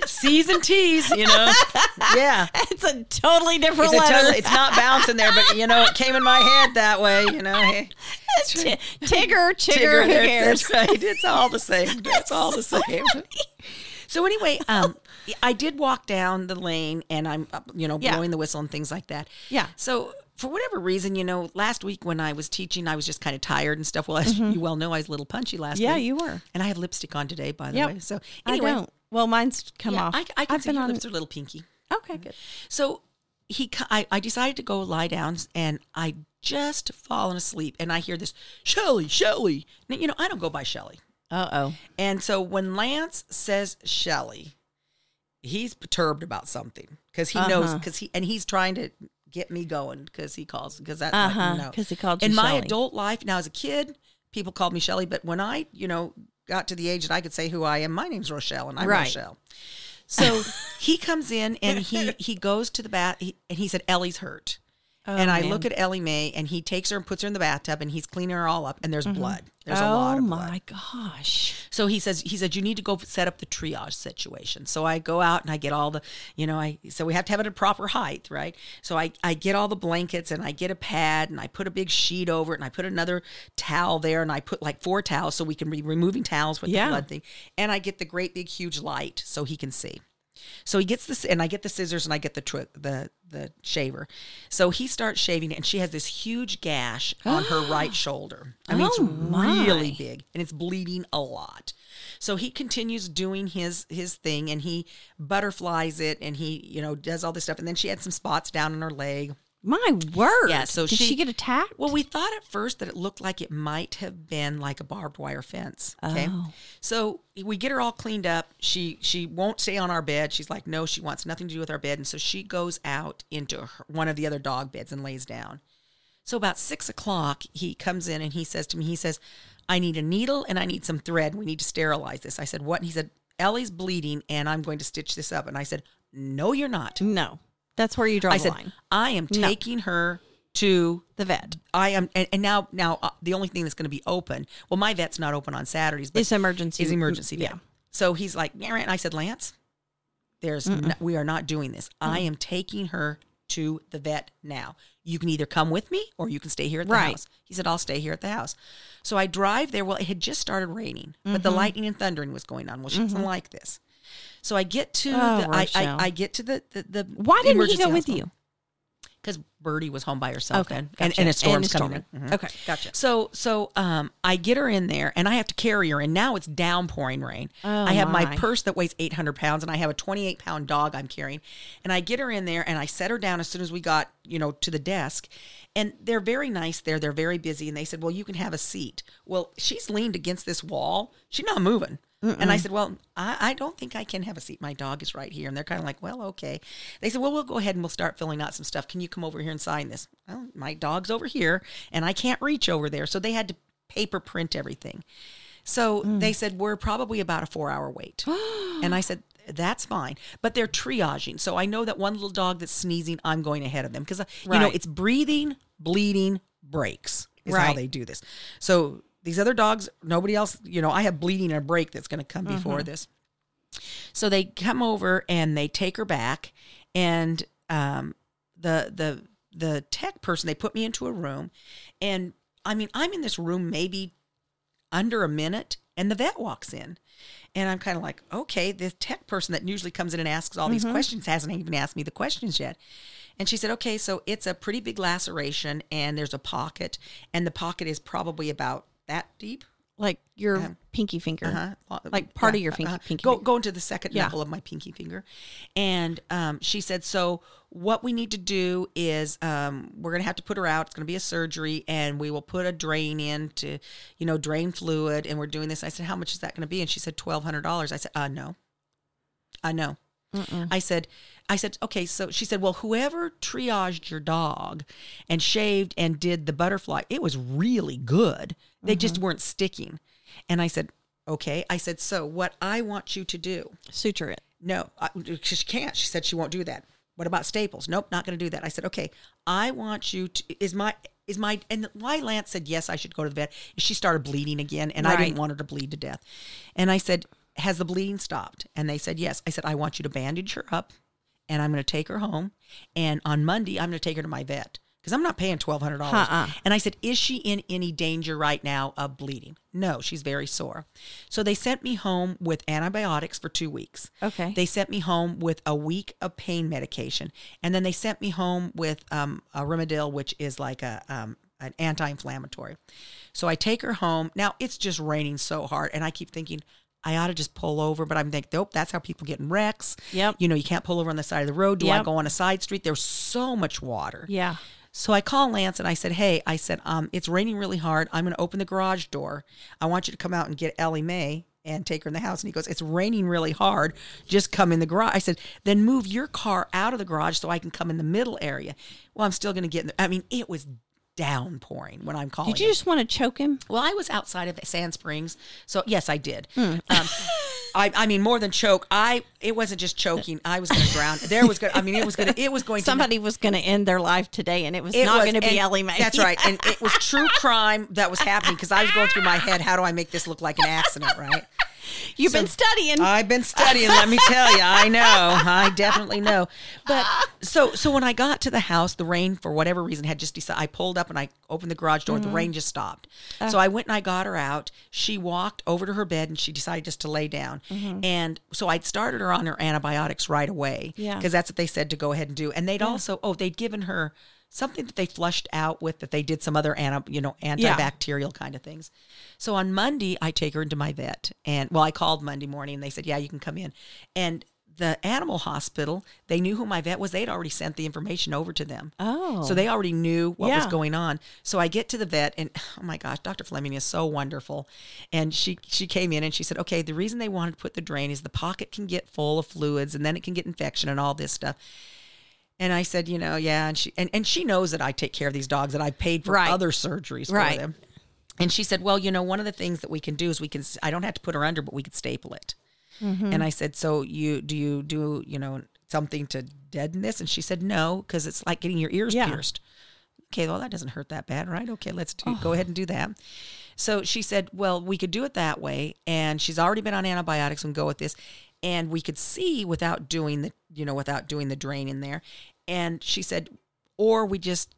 Speaker 2: C's and T's, you know. Yeah.
Speaker 1: It's a totally different
Speaker 2: It's, a total, it's not bouncing there, but, you know, it came in my head that way, you know. Hey,
Speaker 1: tigger,
Speaker 2: tigger,
Speaker 1: chigger, who
Speaker 2: that's-
Speaker 1: cares?
Speaker 2: That's right. It's all the same. It's all the same. So anyway, um, I did walk down the lane, and I'm, uh, you know,
Speaker 1: Yeah.
Speaker 2: blowing the whistle and things like that.
Speaker 1: Yeah.
Speaker 2: So for whatever reason, you know, last week when I was teaching, I was just kind of tired and stuff. Well, as you well know, I was a little punchy last
Speaker 1: Yeah,
Speaker 2: week.
Speaker 1: you were.
Speaker 2: And I have lipstick on today, by the
Speaker 1: Yep.
Speaker 2: way. So
Speaker 1: I
Speaker 2: anyway,
Speaker 1: don't. Well, mine's come
Speaker 2: yeah,
Speaker 1: off.
Speaker 2: I, I can
Speaker 1: I've
Speaker 2: see
Speaker 1: been
Speaker 2: your
Speaker 1: on.
Speaker 2: lips are a little pinky.
Speaker 1: Okay, good.
Speaker 2: So he, co- I, I decided to go lie down, and I just fallen asleep, and I hear this Shelly, Shelly. Now, you know, I don't go by Shelly,
Speaker 1: Uh oh.
Speaker 2: and so when Lance says Shelly, he's perturbed about something because he knows
Speaker 1: Uh-huh.
Speaker 2: because he and he's trying to get me going because he calls because that
Speaker 1: Uh huh.
Speaker 2: like, no.
Speaker 1: Because he called you
Speaker 2: in my
Speaker 1: Shelley.
Speaker 2: adult life now as a kid people called me shelly but when i you know got to the age that i could say who i am my name's rochelle and i'm
Speaker 1: Right.
Speaker 2: rochelle so he comes in and he he goes to the bath he, and he said ellie's hurt
Speaker 1: Oh,
Speaker 2: and i
Speaker 1: man.
Speaker 2: look at ellie may and he takes her and puts her in the bathtub and he's cleaning her all up and there's blood there's
Speaker 1: oh
Speaker 2: a lot of blood
Speaker 1: my gosh.
Speaker 2: so he says, he said, you need to go set up the triage situation. So I go out and I get all the, you know, I, so we have to have it at a proper height, right? So I, I get all the blankets and I get a pad and I put a big sheet over it and I put another towel there and I put like four towels so we can be removing towels with
Speaker 1: Yeah.
Speaker 2: the blood thing. And I get the great big huge light so he can see. So he gets this, and I get the scissors and I get the twi- the the shaver. So he starts shaving, and she has this huge gash on her right shoulder. I mean,
Speaker 1: Oh,
Speaker 2: it's really
Speaker 1: my.
Speaker 2: big, and it's bleeding a lot. So he continues doing his his thing, and he butterflies it, and he you know does all this stuff, and then she had some spots down on her leg.
Speaker 1: My word.
Speaker 2: Yeah, so
Speaker 1: Did she,
Speaker 2: she-
Speaker 1: get attacked?
Speaker 2: Well, we thought at first that it looked like it might have been like a barbed wire fence. Okay.
Speaker 1: Oh.
Speaker 2: So we get her all cleaned up. She she won't stay on our bed. She's like, no, she wants nothing to do with our bed. And so she goes out into her, one of the other dog beds and lays down. So about six o'clock, he comes in and he says to me, he says, I need a needle and I need some thread. We need to sterilize this. I said, what? And he said, Ellie's bleeding and I'm going to stitch this up. And I said, no, you're not.
Speaker 1: no. That's where you draw
Speaker 2: I
Speaker 1: the
Speaker 2: said,
Speaker 1: line.
Speaker 2: I am
Speaker 1: No.
Speaker 2: taking her to
Speaker 1: The vet.
Speaker 2: I am, and, and now now uh, the only thing that's going to be open. Well, my vet's not open on Saturdays. But
Speaker 1: It's emergency.
Speaker 2: Is emergency vet.
Speaker 1: Yeah.
Speaker 2: So he's like, "Yeah," and I said, Lance, there's no, we are not doing this. I am taking her to the vet now. You can either come with me or you can stay here at the
Speaker 1: Right.
Speaker 2: house. He said, I'll stay here at the house. So I drive there. Well, it had just started raining, but
Speaker 1: Mm-hmm.
Speaker 2: the lightning and thundering was going on. Well, she doesn't like this. So I get to
Speaker 1: Oh,
Speaker 2: the, I, I,
Speaker 1: Rochelle.
Speaker 2: I get to the the, the
Speaker 1: Why didn't he go with you?
Speaker 2: Because Birdie was home by herself.
Speaker 1: Okay,
Speaker 2: then, and, and a
Speaker 1: gotcha. And
Speaker 2: storm's
Speaker 1: a Mm-hmm.
Speaker 2: coming.
Speaker 1: storm.
Speaker 2: in. Mhm.
Speaker 1: Okay, gotcha.
Speaker 2: So so um, I get her in there, and I have to carry her. And now it's downpouring rain.
Speaker 1: Oh,
Speaker 2: I have my.
Speaker 1: my.
Speaker 2: purse that weighs 800 pounds, and I have a 28 pound dog I'm carrying. And I get her in there, and I set her down as soon as we got you know to the desk. And they're very nice there. They're very busy, and they said, "Well, you can have a seat." Well, she's leaned against this wall. She's not moving. And I said, Well, I, I don't think I can have a seat. My dog is right here. And they're kind of like, Well, okay. They said, Well, we'll go ahead and we'll start filling out some stuff. Can you come over here and sign this? Well, my dog's over here and I can't reach over there. So they had to paper print everything. So
Speaker 1: Mm.
Speaker 2: they said, We're probably about a four hour wait. and I said, That's fine. But they're triaging. So I know that one little dog that's sneezing, I'm going ahead of them because, you know,
Speaker 1: Right.
Speaker 2: it's breathing, bleeding, breaks is how
Speaker 1: Right.
Speaker 2: they do this. So these other dogs, nobody else, you know, I have bleeding and a break that's going to come
Speaker 1: Mm-hmm.
Speaker 2: before this. So they come over and they take her back, and um, the the the tech person they put me into a room, and I mean I'm in this room maybe under a minute, and the vet walks in, and I'm kind of like, okay, this tech person that usually comes in and asks all these questions hasn't even asked me the questions yet. And she said, okay, so it's a pretty big laceration, and there's a pocket, and the pocket is probably about that deep.
Speaker 1: Like your pinky finger.
Speaker 2: Uh-huh. Well,
Speaker 1: Like part of your pinky- pinky
Speaker 2: uh-huh. Go
Speaker 1: finger.
Speaker 2: go into the second
Speaker 1: Yeah.
Speaker 2: knuckle of my pinky finger, and um, she said, "So what we need to do is um, we're gonna have to put her out. It's gonna be a surgery, and we will put a drain in to, you know, drain fluid. And we're doing this." I said, "How much is that gonna be?" And she said, 1200 dollars." I said, "Uh, no, I know." I said, I said, okay. So she said, well, whoever triaged your dog and shaved and did the butterfly, it was really good. They just weren't sticking. And I said, okay. I said, so what I want you to do?
Speaker 1: Suture it.
Speaker 2: No, I, she can't. She said she won't do that. What about staples? Nope, not going to do that. I said, okay. I want you to. Is my is my and why Lance said yes, I should go to the vet. is She started bleeding again, and I
Speaker 1: Right.
Speaker 2: didn't want her to bleed to death. And I said, has the bleeding stopped? And they said yes. I said, I want you to bandage her up, and I'm going to take her home. And on Monday, I'm going to take her to my vet because I'm not paying twelve hundred dollars.
Speaker 1: Uh-uh.
Speaker 2: And I said, Is she in any danger right now of bleeding? No, she's very sore. So they sent me home with antibiotics for two weeks.
Speaker 1: Okay.
Speaker 2: They sent me home with a week of pain medication. And then they sent me home with um, a Remedil, which is like a. Um, an anti-inflammatory. So I take her home. Now it's just raining so hard and I keep thinking I ought to just pull over, but I'm thinking, nope, that's how people get in wrecks.
Speaker 1: Yep.
Speaker 2: You know, you can't pull over on the side of the road. Do I
Speaker 1: Yep.
Speaker 2: go on a side street? There's so much water.
Speaker 1: Yeah.
Speaker 2: So I call Lance and I said, "Hey, I said, um, it's raining really hard. I'm going to open the garage door. I want you to come out and get Ellie Mae and take her in the house." And he goes, "It's raining really hard. Just come in the garage." I said, "Then move your car out of the garage so I can come in the middle area." Well, I'm still going to get in. The, I mean, it was downpouring when I'm calling.
Speaker 1: Did you
Speaker 2: him.
Speaker 1: just want to choke him?
Speaker 2: Well, I was outside of Sand Springs, so yes, I did.
Speaker 1: Hmm.
Speaker 2: Um, I, I mean, more than choke. I it wasn't just choking. I was going to drown. There was going. to I mean, it was going. to It was going. to
Speaker 1: Somebody was going to end their life today, and it was
Speaker 2: it
Speaker 1: not
Speaker 2: was-
Speaker 1: going to be
Speaker 2: and
Speaker 1: Ellie Mae.
Speaker 2: That's right. And it was true crime that was happening because I was going through my head, how do I make this look like an accident, right?
Speaker 1: You've been studying.
Speaker 2: I've been studying, let me tell you. I know. I definitely know. But so so when I got to the house, the rain for whatever reason had just decided I pulled up and I opened the garage door,
Speaker 1: Mm-hmm.
Speaker 2: the rain just stopped.
Speaker 1: Uh.
Speaker 2: so I went and I got her out. She walked over to her bed and she decided just to lay down.
Speaker 1: Mm-hmm.
Speaker 2: And so I'd started her on her antibiotics right away.
Speaker 1: Yeah.
Speaker 2: Because that's what they said to go ahead and do. And they'd also oh, they'd given her something that they flushed out with that they did some other anti, you know, antibacterial kind of things. So on Monday, I take her into my vet, and well, I called Monday morning, and they said, "Yeah, you can come in." And the animal hospital, they knew who my vet was. They'd already sent the information over to them.
Speaker 1: Oh.
Speaker 2: So they already knew what was
Speaker 1: Yeah.
Speaker 2: going on. So I get to the vet and oh my gosh, Dr. Fleming is so wonderful. And she she came in and she said, "Okay, the reason they wanted to put the drain is the pocket can get full of fluids and then it can get infection and all this stuff." And I said, "You know, yeah." And she and, and she knows that I take care of these dogs that I paid for
Speaker 1: Right.
Speaker 2: other surgeries
Speaker 1: Right.
Speaker 2: for them. And she said, "Well, you know, one of the things that we can do is we can I don't have to put her under, but we can staple it."
Speaker 1: Mm-hmm.
Speaker 2: And I said, "So you do you do you know something to deaden this?" And she said, "No, because it's like getting your ears
Speaker 1: Yeah.
Speaker 2: pierced." Okay, well that doesn't hurt that bad, right? Okay, let's do, go ahead and do that. So she said, "Well, we could do it that way." And she's already been on antibiotics and go with this, and we could see without doing the you know without doing the drain in there. And she said, "Or we just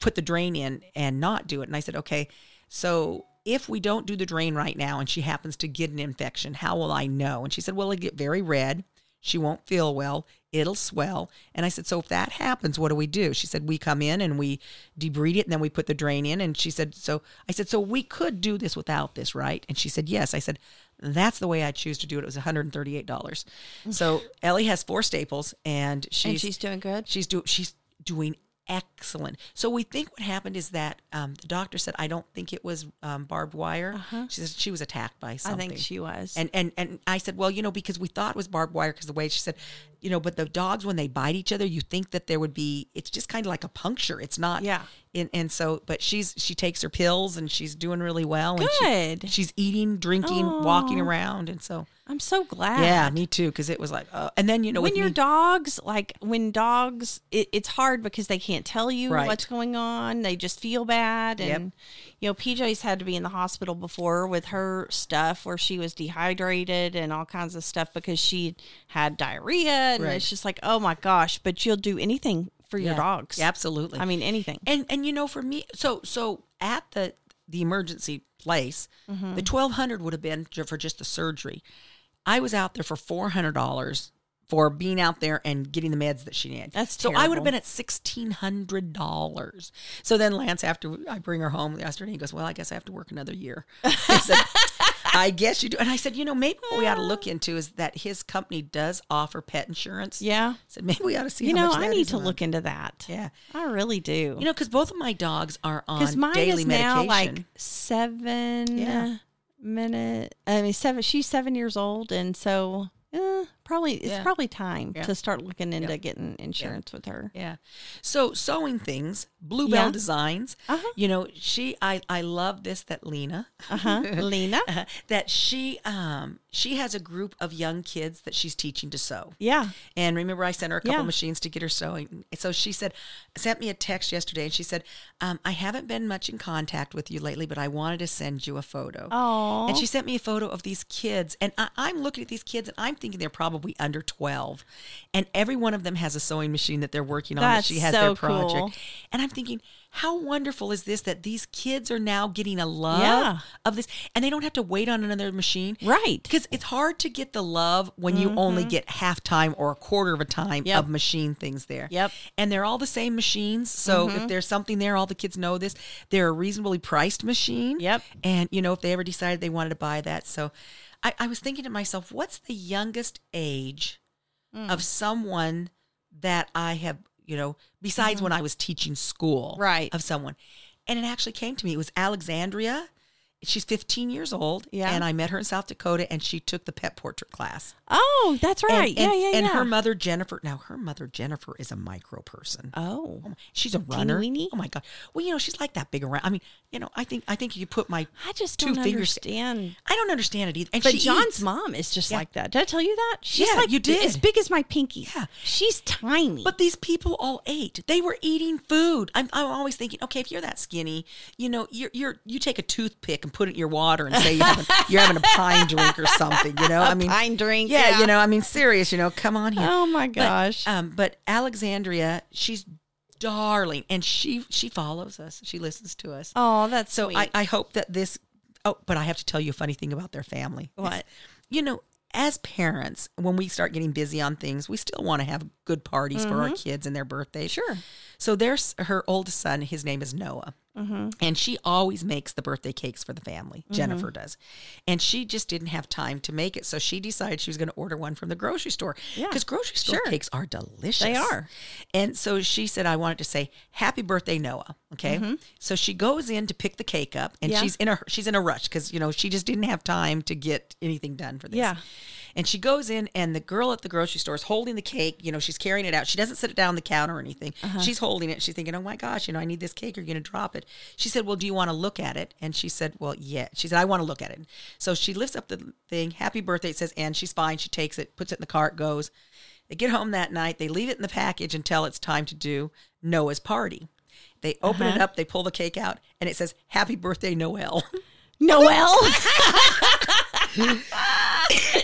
Speaker 2: put the drain in and not do it." And I said, "Okay, so." If we don't do the drain right now and she happens to get an infection, how will I know? And she said, Well, it'll get very red. She won't feel well. It'll swell. And I said, So if that happens, what do we do? She said, We come in and we debride it and then we put the drain in. And she said, So I said, So we could do this without this, right? And she said, Yes. I said, That's the way I choose to do it. It was $138. so Ellie has four staples and she's,
Speaker 1: and she's doing good.
Speaker 2: She's do she's doing excellent. So we think what happened is that um, the doctor said, I don't think it was um, barbed wire. She said she was attacked by
Speaker 1: Uh-huh. I
Speaker 2: something.
Speaker 1: think she was.
Speaker 2: And and and I said, well, you know, because we thought it was barbed wire because the way she said, you know, but the dogs when they bite each other, you think that there would be. It's just kind of like a puncture. It's not.
Speaker 1: Yeah.
Speaker 2: And and so, but she's she takes her pills and she's doing really well. And she-
Speaker 1: Good.
Speaker 2: she's eating, drinking, walking
Speaker 1: Aw.
Speaker 2: around, and so.
Speaker 1: I'm so glad.
Speaker 2: Yeah, me too. Because it was like, uh, and then you know,
Speaker 1: when
Speaker 2: with
Speaker 1: your
Speaker 2: me-
Speaker 1: dogs like when dogs it, it's hard because they can't tell you
Speaker 2: Right.
Speaker 1: what's going on they just feel bad
Speaker 2: Yep.
Speaker 1: and you know pj's had to be in the hospital before with her stuff where she was dehydrated and all kinds of stuff because she had diarrhea and
Speaker 2: Right.
Speaker 1: it's just like oh my gosh but you'll do anything for your
Speaker 2: Yeah.
Speaker 1: dogs
Speaker 2: Yeah, absolutely.
Speaker 1: i mean anything
Speaker 2: and and you know, for me, so so at the the emergency place,
Speaker 1: Mm-hmm.
Speaker 2: the twelve hundred would have been ju- for just the surgery. I was out there for four hundred dollars for being out there and getting the meds that she needed.
Speaker 1: That's
Speaker 2: so I would
Speaker 1: terrible.
Speaker 2: have been at sixteen hundred dollars. So then Lance, after I bring her home yesterday, he goes, "Well, I guess I have to work another year." I said, "I guess you do." And I said, "You know, maybe what we ought to look into is that his company does offer pet insurance."
Speaker 1: yeah
Speaker 2: I said maybe we ought to see.
Speaker 1: you
Speaker 2: how
Speaker 1: know
Speaker 2: much
Speaker 1: i
Speaker 2: that
Speaker 1: need
Speaker 2: is
Speaker 1: to
Speaker 2: a month."
Speaker 1: look into that
Speaker 2: Yeah.
Speaker 1: i really do
Speaker 2: You know, because both of my dogs are
Speaker 1: because
Speaker 2: on
Speaker 1: mine
Speaker 2: daily
Speaker 1: is
Speaker 2: medication.
Speaker 1: now like seven
Speaker 2: Yeah.
Speaker 1: minute. I mean, seven. She's seven years old, and so eh, probably it's
Speaker 2: Yeah.
Speaker 1: probably time
Speaker 2: Yeah.
Speaker 1: to start looking into getting insurance with her.
Speaker 2: yeah. So sewing things, Bluebell
Speaker 1: Yeah.
Speaker 2: Designs.
Speaker 1: Uh-huh.
Speaker 2: You know, she I I love this that Lena
Speaker 1: Uh huh, Lena.
Speaker 2: Uh-huh. that she um she has a group of young kids that she's teaching to sew.
Speaker 1: Yeah,
Speaker 2: And remember, I sent her a couple
Speaker 1: Yeah.
Speaker 2: machines to get her sewing. So she said, sent me a text yesterday, and she said, um, "I haven't been much in contact with you lately, but I wanted to send you a photo."
Speaker 1: Aw.
Speaker 2: And she sent me a photo of these kids, and I, I'm looking at these kids, and I'm thinking they're probably under 12, and every one of them has a sewing machine that they're working on.
Speaker 1: That's
Speaker 2: that she has
Speaker 1: so
Speaker 2: their project,
Speaker 1: cool.
Speaker 2: and I'm thinking, how wonderful is this that these kids are now getting a love
Speaker 1: Yeah.
Speaker 2: of this, and they don't have to wait on another machine,
Speaker 1: right. Mm-hmm.
Speaker 2: because it's hard to get the love when you only get half time or a quarter of a time
Speaker 1: Yep.
Speaker 2: of machine things there.
Speaker 1: Yep. Mm-hmm.
Speaker 2: And they're all the same machines. So if there's something there, all the kids know this. They're a reasonably priced machine.
Speaker 1: Yep.
Speaker 2: And, you know, if they ever decided they wanted to buy that. So I, I was thinking to myself, what's the youngest age
Speaker 1: Mm.
Speaker 2: of someone that I have, you know, besides when I was teaching school?
Speaker 1: Mm-hmm. Right.
Speaker 2: Of someone. And it actually came to me. It was Alexandria. She's 15 years old.
Speaker 1: Yeah.
Speaker 2: And I met her in South Dakota and she took the pet portrait class.
Speaker 1: Oh, that's
Speaker 2: And-
Speaker 1: right. yeah,
Speaker 2: And,
Speaker 1: yeah,
Speaker 2: and
Speaker 1: yeah.
Speaker 2: her mother, Jennifer, now her mother, Jennifer, is a micro person.
Speaker 1: oh,
Speaker 2: She's a runner.
Speaker 1: weeny?
Speaker 2: Oh my God. Well, you know, she's like that big around. I mean, you know, I think, I think you put my,
Speaker 1: I just
Speaker 2: Two
Speaker 1: don't
Speaker 2: fingers-
Speaker 1: understand.
Speaker 2: I don't understand it either. And
Speaker 1: But
Speaker 2: she
Speaker 1: John's
Speaker 2: eats.
Speaker 1: mom is just
Speaker 2: Yeah.
Speaker 1: like that. Did I tell you that? She's
Speaker 2: Yeah,
Speaker 1: like
Speaker 2: you
Speaker 1: th- as
Speaker 2: did.
Speaker 1: big as my pinky.
Speaker 2: Yeah.
Speaker 1: she's tiny.
Speaker 2: But these people all ate. They were eating food. I'm, I'm always thinking, okay, if you're that skinny, you know, you're, you're you take a toothpick and put it in your water and say you're having, you're having a pine drink or something. You know, I mean,
Speaker 1: pine drink.
Speaker 2: Yeah,
Speaker 1: yeah.
Speaker 2: you know, I mean, serious. You know, come on here.
Speaker 1: Oh my gosh.
Speaker 2: Um, but Alexandria, she's darling, and she she follows us. She listens to us.
Speaker 1: oh, that's
Speaker 2: so
Speaker 1: sweet.
Speaker 2: I, I hope that this. Oh, but I have to tell you a funny thing about their family.
Speaker 1: What?
Speaker 2: You know, as parents, when we start getting busy on things, we still want to have good parties for our kids and their birthdays.
Speaker 1: Mm-hmm. Sure.
Speaker 2: So there's her oldest son. His name is Noah,
Speaker 1: Mm-hmm.
Speaker 2: And she always makes the birthday cakes for the family. Jennifer does. And she just didn't have time to make it. So she decided she was going to order one from the grocery store.
Speaker 1: Yeah.
Speaker 2: Because grocery store
Speaker 1: Sure.
Speaker 2: cakes are delicious.
Speaker 1: They are.
Speaker 2: And so she said, I wanted to say, Happy birthday, Noah. Okay. So she goes in to pick the cake up and
Speaker 1: Mm-hmm. Yeah.
Speaker 2: she's in a she's in a rush because, you know, she just didn't have time to get anything done for this.
Speaker 1: Yeah.
Speaker 2: And she goes in, and the girl at the grocery store is holding the cake. You know, she's carrying it out. She doesn't set it down on the counter or anything. She's holding it. She's thinking, oh my gosh, you know, I need this cake. You're going to drop it. She said, well, do you want to look at it? And she said, well, yeah. She said, I want to look at it. So she lifts up the thing, happy birthday. It says, and she's fine. She takes it, puts it in the cart, goes. They get home that night. They leave it in the package until it's time to do Noah's party. They open it up, they pull the cake out, and it says, Happy birthday, Noel.
Speaker 1: Noel.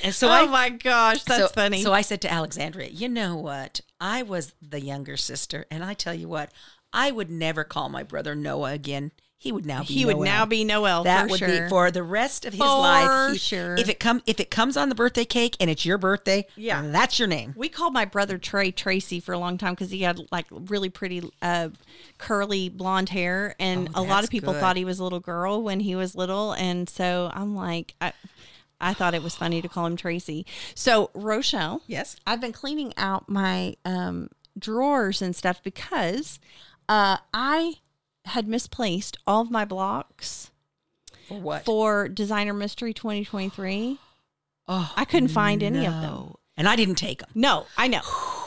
Speaker 2: And so
Speaker 1: oh my gosh, that's
Speaker 2: so,
Speaker 1: funny.
Speaker 2: So I said to Alexandria, you know what? I was the younger sister, and I tell you what, I would never call my brother Noah again. He would now be
Speaker 1: he would
Speaker 2: Noel.
Speaker 1: now be Noel.
Speaker 2: that
Speaker 1: for
Speaker 2: would
Speaker 1: sure.
Speaker 2: be for the rest of his
Speaker 1: For
Speaker 2: life.
Speaker 1: sure.
Speaker 2: If it come if it comes on the birthday cake and it's your birthday,
Speaker 1: Yeah.
Speaker 2: that's your name.
Speaker 1: We called my brother Trey Tracy for a long time because he had like really pretty uh, curly blonde hair, and
Speaker 2: Oh,
Speaker 1: a lot
Speaker 2: that's
Speaker 1: of people
Speaker 2: good.
Speaker 1: thought he was a little girl when he was little, and so I'm like, I, I thought it was funny to call him Tracy. So Rochelle,
Speaker 2: Yes.
Speaker 1: I've been cleaning out my um, drawers and stuff because uh, I had misplaced all of my blocks
Speaker 2: For what?
Speaker 1: for Designer Mystery 2023.
Speaker 2: oh,
Speaker 1: I couldn't find any of them.
Speaker 2: no. And I didn't take them.
Speaker 1: No, I know.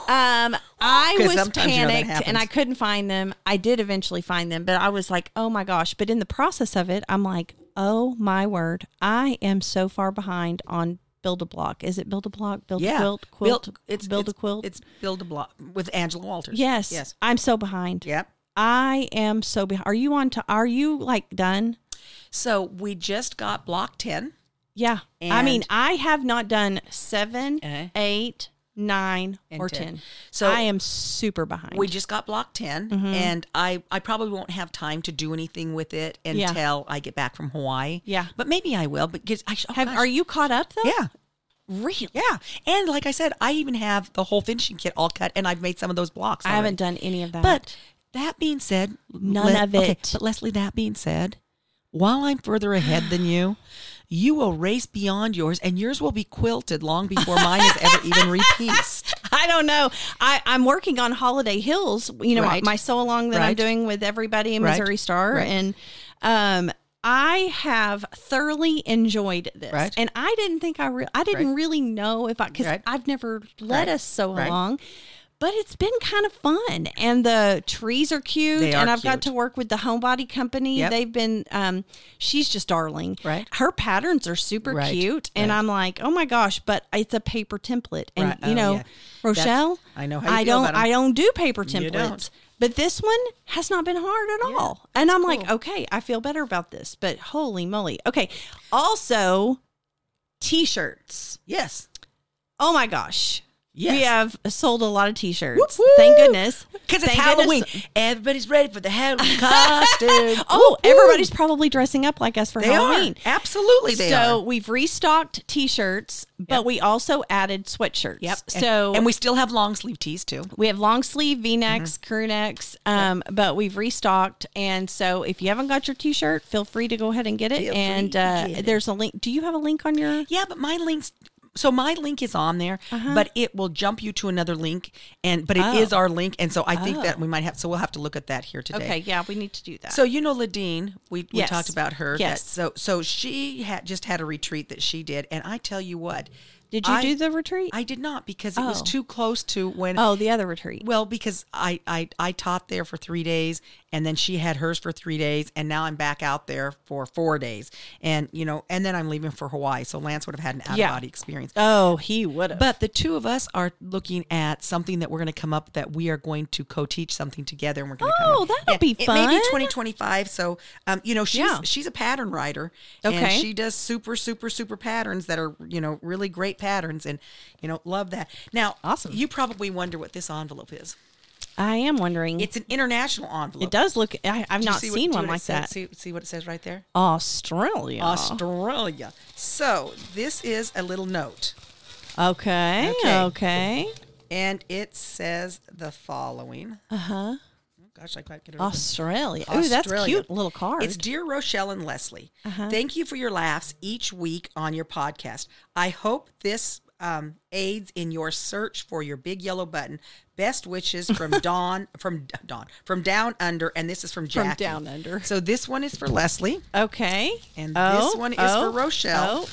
Speaker 1: Um, I
Speaker 2: 'Cause
Speaker 1: was
Speaker 2: sometimes, you know, that
Speaker 1: panicked and I
Speaker 2: happens.
Speaker 1: couldn't find them. I did eventually find them, but I was like, oh my gosh. But in the process of it, I'm like, oh my word, I am so far behind on Build a Block. Is it Build a Block? Build a
Speaker 2: Yeah.
Speaker 1: Quilt? Quilt?
Speaker 2: Built- it's
Speaker 1: build a
Speaker 2: it's-
Speaker 1: Quilt?
Speaker 2: It's build a block with Angela Walters.
Speaker 1: yes.
Speaker 2: Yes.
Speaker 1: I'm so behind.
Speaker 2: Yep.
Speaker 1: I am so behind. Are you on to, are you like done?
Speaker 2: So we just got block ten.
Speaker 1: Yeah. I mean,
Speaker 2: And-
Speaker 1: I have not done seven,
Speaker 2: Uh-huh.
Speaker 1: eight, nine,
Speaker 2: And
Speaker 1: or 10.
Speaker 2: ten.
Speaker 1: So
Speaker 2: So-
Speaker 1: I am super behind.
Speaker 2: We just got block 10
Speaker 1: Mm-hmm.
Speaker 2: and I I probably won't have time to do anything with it
Speaker 1: Yeah.
Speaker 2: until I get back from Hawaii.
Speaker 1: Yeah.
Speaker 2: But maybe I will, but get, I, sh- oh
Speaker 1: have,
Speaker 2: gosh.
Speaker 1: are you caught up though?
Speaker 2: yeah.
Speaker 1: Really?
Speaker 2: Yeah. And like I said, I even have the whole finishing kit all cut and I've made some of those blocks.
Speaker 1: I haven't done
Speaker 2: already.
Speaker 1: any of that.
Speaker 2: But that being said,
Speaker 1: None of it.
Speaker 2: but Leslie, that being said, while I'm further ahead than you, you will race beyond yours and yours will be quilted long before mine is ever even repieced.
Speaker 1: I don't know. I, I'm working on Holiday Hills, you know,
Speaker 2: Right.
Speaker 1: my so along that I'm
Speaker 2: Right.
Speaker 1: doing with everybody in
Speaker 2: Right.
Speaker 1: Missouri Star.
Speaker 2: Right.
Speaker 1: And um, I have thoroughly enjoyed this.
Speaker 2: Right.
Speaker 1: And I didn't think I, re- I didn't
Speaker 2: Right.
Speaker 1: really know if I, because
Speaker 2: Right.
Speaker 1: I've never led
Speaker 2: Right.
Speaker 1: us so
Speaker 2: Right.
Speaker 1: along. But it's been kind of fun, and the trees are cute.
Speaker 2: They are
Speaker 1: and I've got
Speaker 2: cute.
Speaker 1: to work with the Homebody Company.
Speaker 2: Yep.
Speaker 1: They've been, um, she's just darling.
Speaker 2: Right.
Speaker 1: Her patterns are super
Speaker 2: Right.
Speaker 1: cute, and
Speaker 2: Right.
Speaker 1: I'm like, oh my gosh! But it's a paper template, and
Speaker 2: Right.
Speaker 1: you
Speaker 2: Oh,
Speaker 1: know,
Speaker 2: yeah.
Speaker 1: Rochelle,
Speaker 2: That's- I know how you
Speaker 1: I
Speaker 2: feel
Speaker 1: don't.
Speaker 2: about 'em.
Speaker 1: I don't do paper
Speaker 2: You
Speaker 1: templates,
Speaker 2: don't.
Speaker 1: but this one has not been hard at all, and I'm like, okay, I feel better about this. But holy moly! Okay, also, t-shirts.
Speaker 2: Yes.
Speaker 1: Oh my gosh.
Speaker 2: Yes.
Speaker 1: We have sold a lot of t-shirts.
Speaker 2: Whoop,
Speaker 1: Thank
Speaker 2: whoop.
Speaker 1: goodness.
Speaker 2: Because it's
Speaker 1: Thank
Speaker 2: Halloween.
Speaker 1: goodness.
Speaker 2: Everybody's ready for the Halloween costume.
Speaker 1: Oh,
Speaker 2: Woo-hoo.
Speaker 1: everybody's probably dressing up like us for
Speaker 2: They
Speaker 1: Halloween.
Speaker 2: are. Absolutely they
Speaker 1: so
Speaker 2: are.
Speaker 1: we've restocked t-shirts, but we also added sweatshirts. So
Speaker 2: and, and we still have long sleeve tees too.
Speaker 1: We have long sleeve V necks,
Speaker 2: Mm-hmm.
Speaker 1: crew necks, um, but we've restocked. And so, if you haven't got your T-shirt, feel free to go ahead and get it.
Speaker 2: Feel free
Speaker 1: and
Speaker 2: to
Speaker 1: uh,
Speaker 2: get it.
Speaker 1: there's a link. Do you have a link on your?
Speaker 2: Yeah, but my links so my link is on there, but it will jump you to another link and but it is
Speaker 1: Oh.
Speaker 2: our link and so I think that
Speaker 1: Oh.
Speaker 2: we might have so we'll have to look at that here today.
Speaker 1: Okay, yeah, we need to do that.
Speaker 2: So you know Ladine, we, we
Speaker 1: Yes.
Speaker 2: talked about her. that-
Speaker 1: Yes.
Speaker 2: so so she had just had a retreat that she did and I tell you what.
Speaker 1: did you
Speaker 2: I-
Speaker 1: do the retreat?
Speaker 2: I did not because it was
Speaker 1: Oh.
Speaker 2: too close to when
Speaker 1: oh, the other retreat.
Speaker 2: Well, because I, I I taught there for three days, and then she had hers for three days, and now I'm back out there for four days, and you know, and then I'm leaving for Hawaii, so Lance would have had an out of
Speaker 1: Yeah.
Speaker 2: body experience.
Speaker 1: Oh, he would have.
Speaker 2: But the two of us are looking at something that we're going to come up that we are going to co-teach something together, and we're going to come.
Speaker 1: Oh, that'll be
Speaker 2: It may be
Speaker 1: fun.
Speaker 2: 2025, so um, you know, she's
Speaker 1: Yeah.
Speaker 2: she's a pattern writer, and
Speaker 1: Okay.
Speaker 2: she does super super super patterns that are you know really great patterns, and you know, love that. Now,
Speaker 1: Awesome.
Speaker 2: You probably wonder what this envelope is.
Speaker 1: I am wondering.
Speaker 2: It's an international envelope.
Speaker 1: it does look. I, I've
Speaker 2: Do you
Speaker 1: not
Speaker 2: see what-
Speaker 1: seen
Speaker 2: do
Speaker 1: one
Speaker 2: what it
Speaker 1: like
Speaker 2: says-
Speaker 1: that.
Speaker 2: See, see what it says right there?
Speaker 1: Australia.
Speaker 2: Australia. So this is a little note,
Speaker 1: okay.
Speaker 2: Okay.
Speaker 1: Okay.
Speaker 2: and it says the following. Oh,
Speaker 1: Uh huh.
Speaker 2: gosh, I can't get it. open.
Speaker 1: Australia. Oh, that's
Speaker 2: Australia.
Speaker 1: cute little card. Uh-huh.
Speaker 2: It's dear Rochelle and Leslie. Thank you for your laughs each week on your podcast. I hope this um, aids in your search for your big yellow button. Best wishes from Dawn from Dawn from Down Under, and this is from Jackie.
Speaker 1: Down Under.
Speaker 2: So this one is for Leslie,
Speaker 1: okay.
Speaker 2: and this one is
Speaker 1: oh,
Speaker 2: for Rochelle.
Speaker 1: Oh,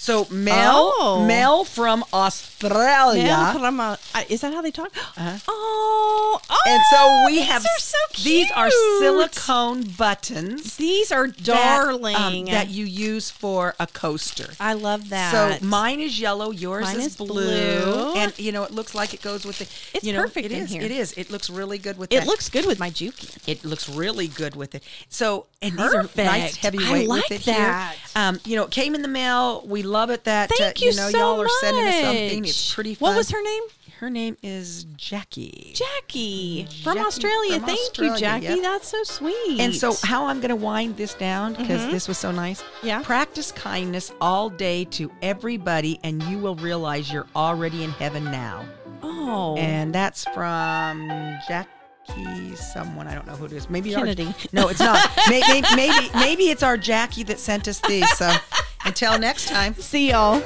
Speaker 2: So Mel,
Speaker 1: Oh.
Speaker 2: Mel from Australia.
Speaker 1: yeah. From uh, is that how they talk? Oh, oh,
Speaker 2: Uh-huh. And so we have
Speaker 1: These are so cute.
Speaker 2: these are silicone buttons,
Speaker 1: These are
Speaker 2: that, um,
Speaker 1: darling.
Speaker 2: that you use for a coaster.
Speaker 1: I love that.
Speaker 2: So mine is yellow, yours
Speaker 1: Mine
Speaker 2: is,
Speaker 1: is
Speaker 2: blue,
Speaker 1: blue.
Speaker 2: and you know it looks like it goes with the.
Speaker 1: It's
Speaker 2: you know,
Speaker 1: perfect
Speaker 2: it
Speaker 1: in
Speaker 2: is,
Speaker 1: here.
Speaker 2: It is. It looks really good with
Speaker 1: it
Speaker 2: that.
Speaker 1: looks good with my Juki.
Speaker 2: It looks really good with it. So and these are nice
Speaker 1: Perfect. I
Speaker 2: heavyweight
Speaker 1: like
Speaker 2: with it
Speaker 1: that.
Speaker 2: here. Um, you know, it came in the mail. We love it that uh,
Speaker 1: Thank
Speaker 2: you
Speaker 1: you,
Speaker 2: know
Speaker 1: so
Speaker 2: y'all
Speaker 1: much.
Speaker 2: are sending us something. It's pretty. Fun.
Speaker 1: What was her name?
Speaker 2: Her name is Jackie.
Speaker 1: Jackie from
Speaker 2: Jackie
Speaker 1: Australia.
Speaker 2: from
Speaker 1: Thank you,
Speaker 2: Australia,
Speaker 1: Jackie.
Speaker 2: yep.
Speaker 1: That's so sweet.
Speaker 2: And so, how I'm going to wind this down because this was so nice.
Speaker 1: Mm-hmm. Yeah.
Speaker 2: Practice kindness all day to everybody, and you will realize you're already in heaven now.
Speaker 1: oh,
Speaker 2: And that's from Jackie, someone I don't know who it is. Maybe our-
Speaker 1: Kennedy.
Speaker 2: no, it's not. maybe, maybe, maybe it's our Jackie that sent us these. So, until next time.
Speaker 1: see y'all.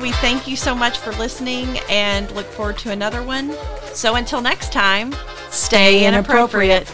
Speaker 1: We thank you so much for listening and look forward to another one. So until next time, stay inappropriate.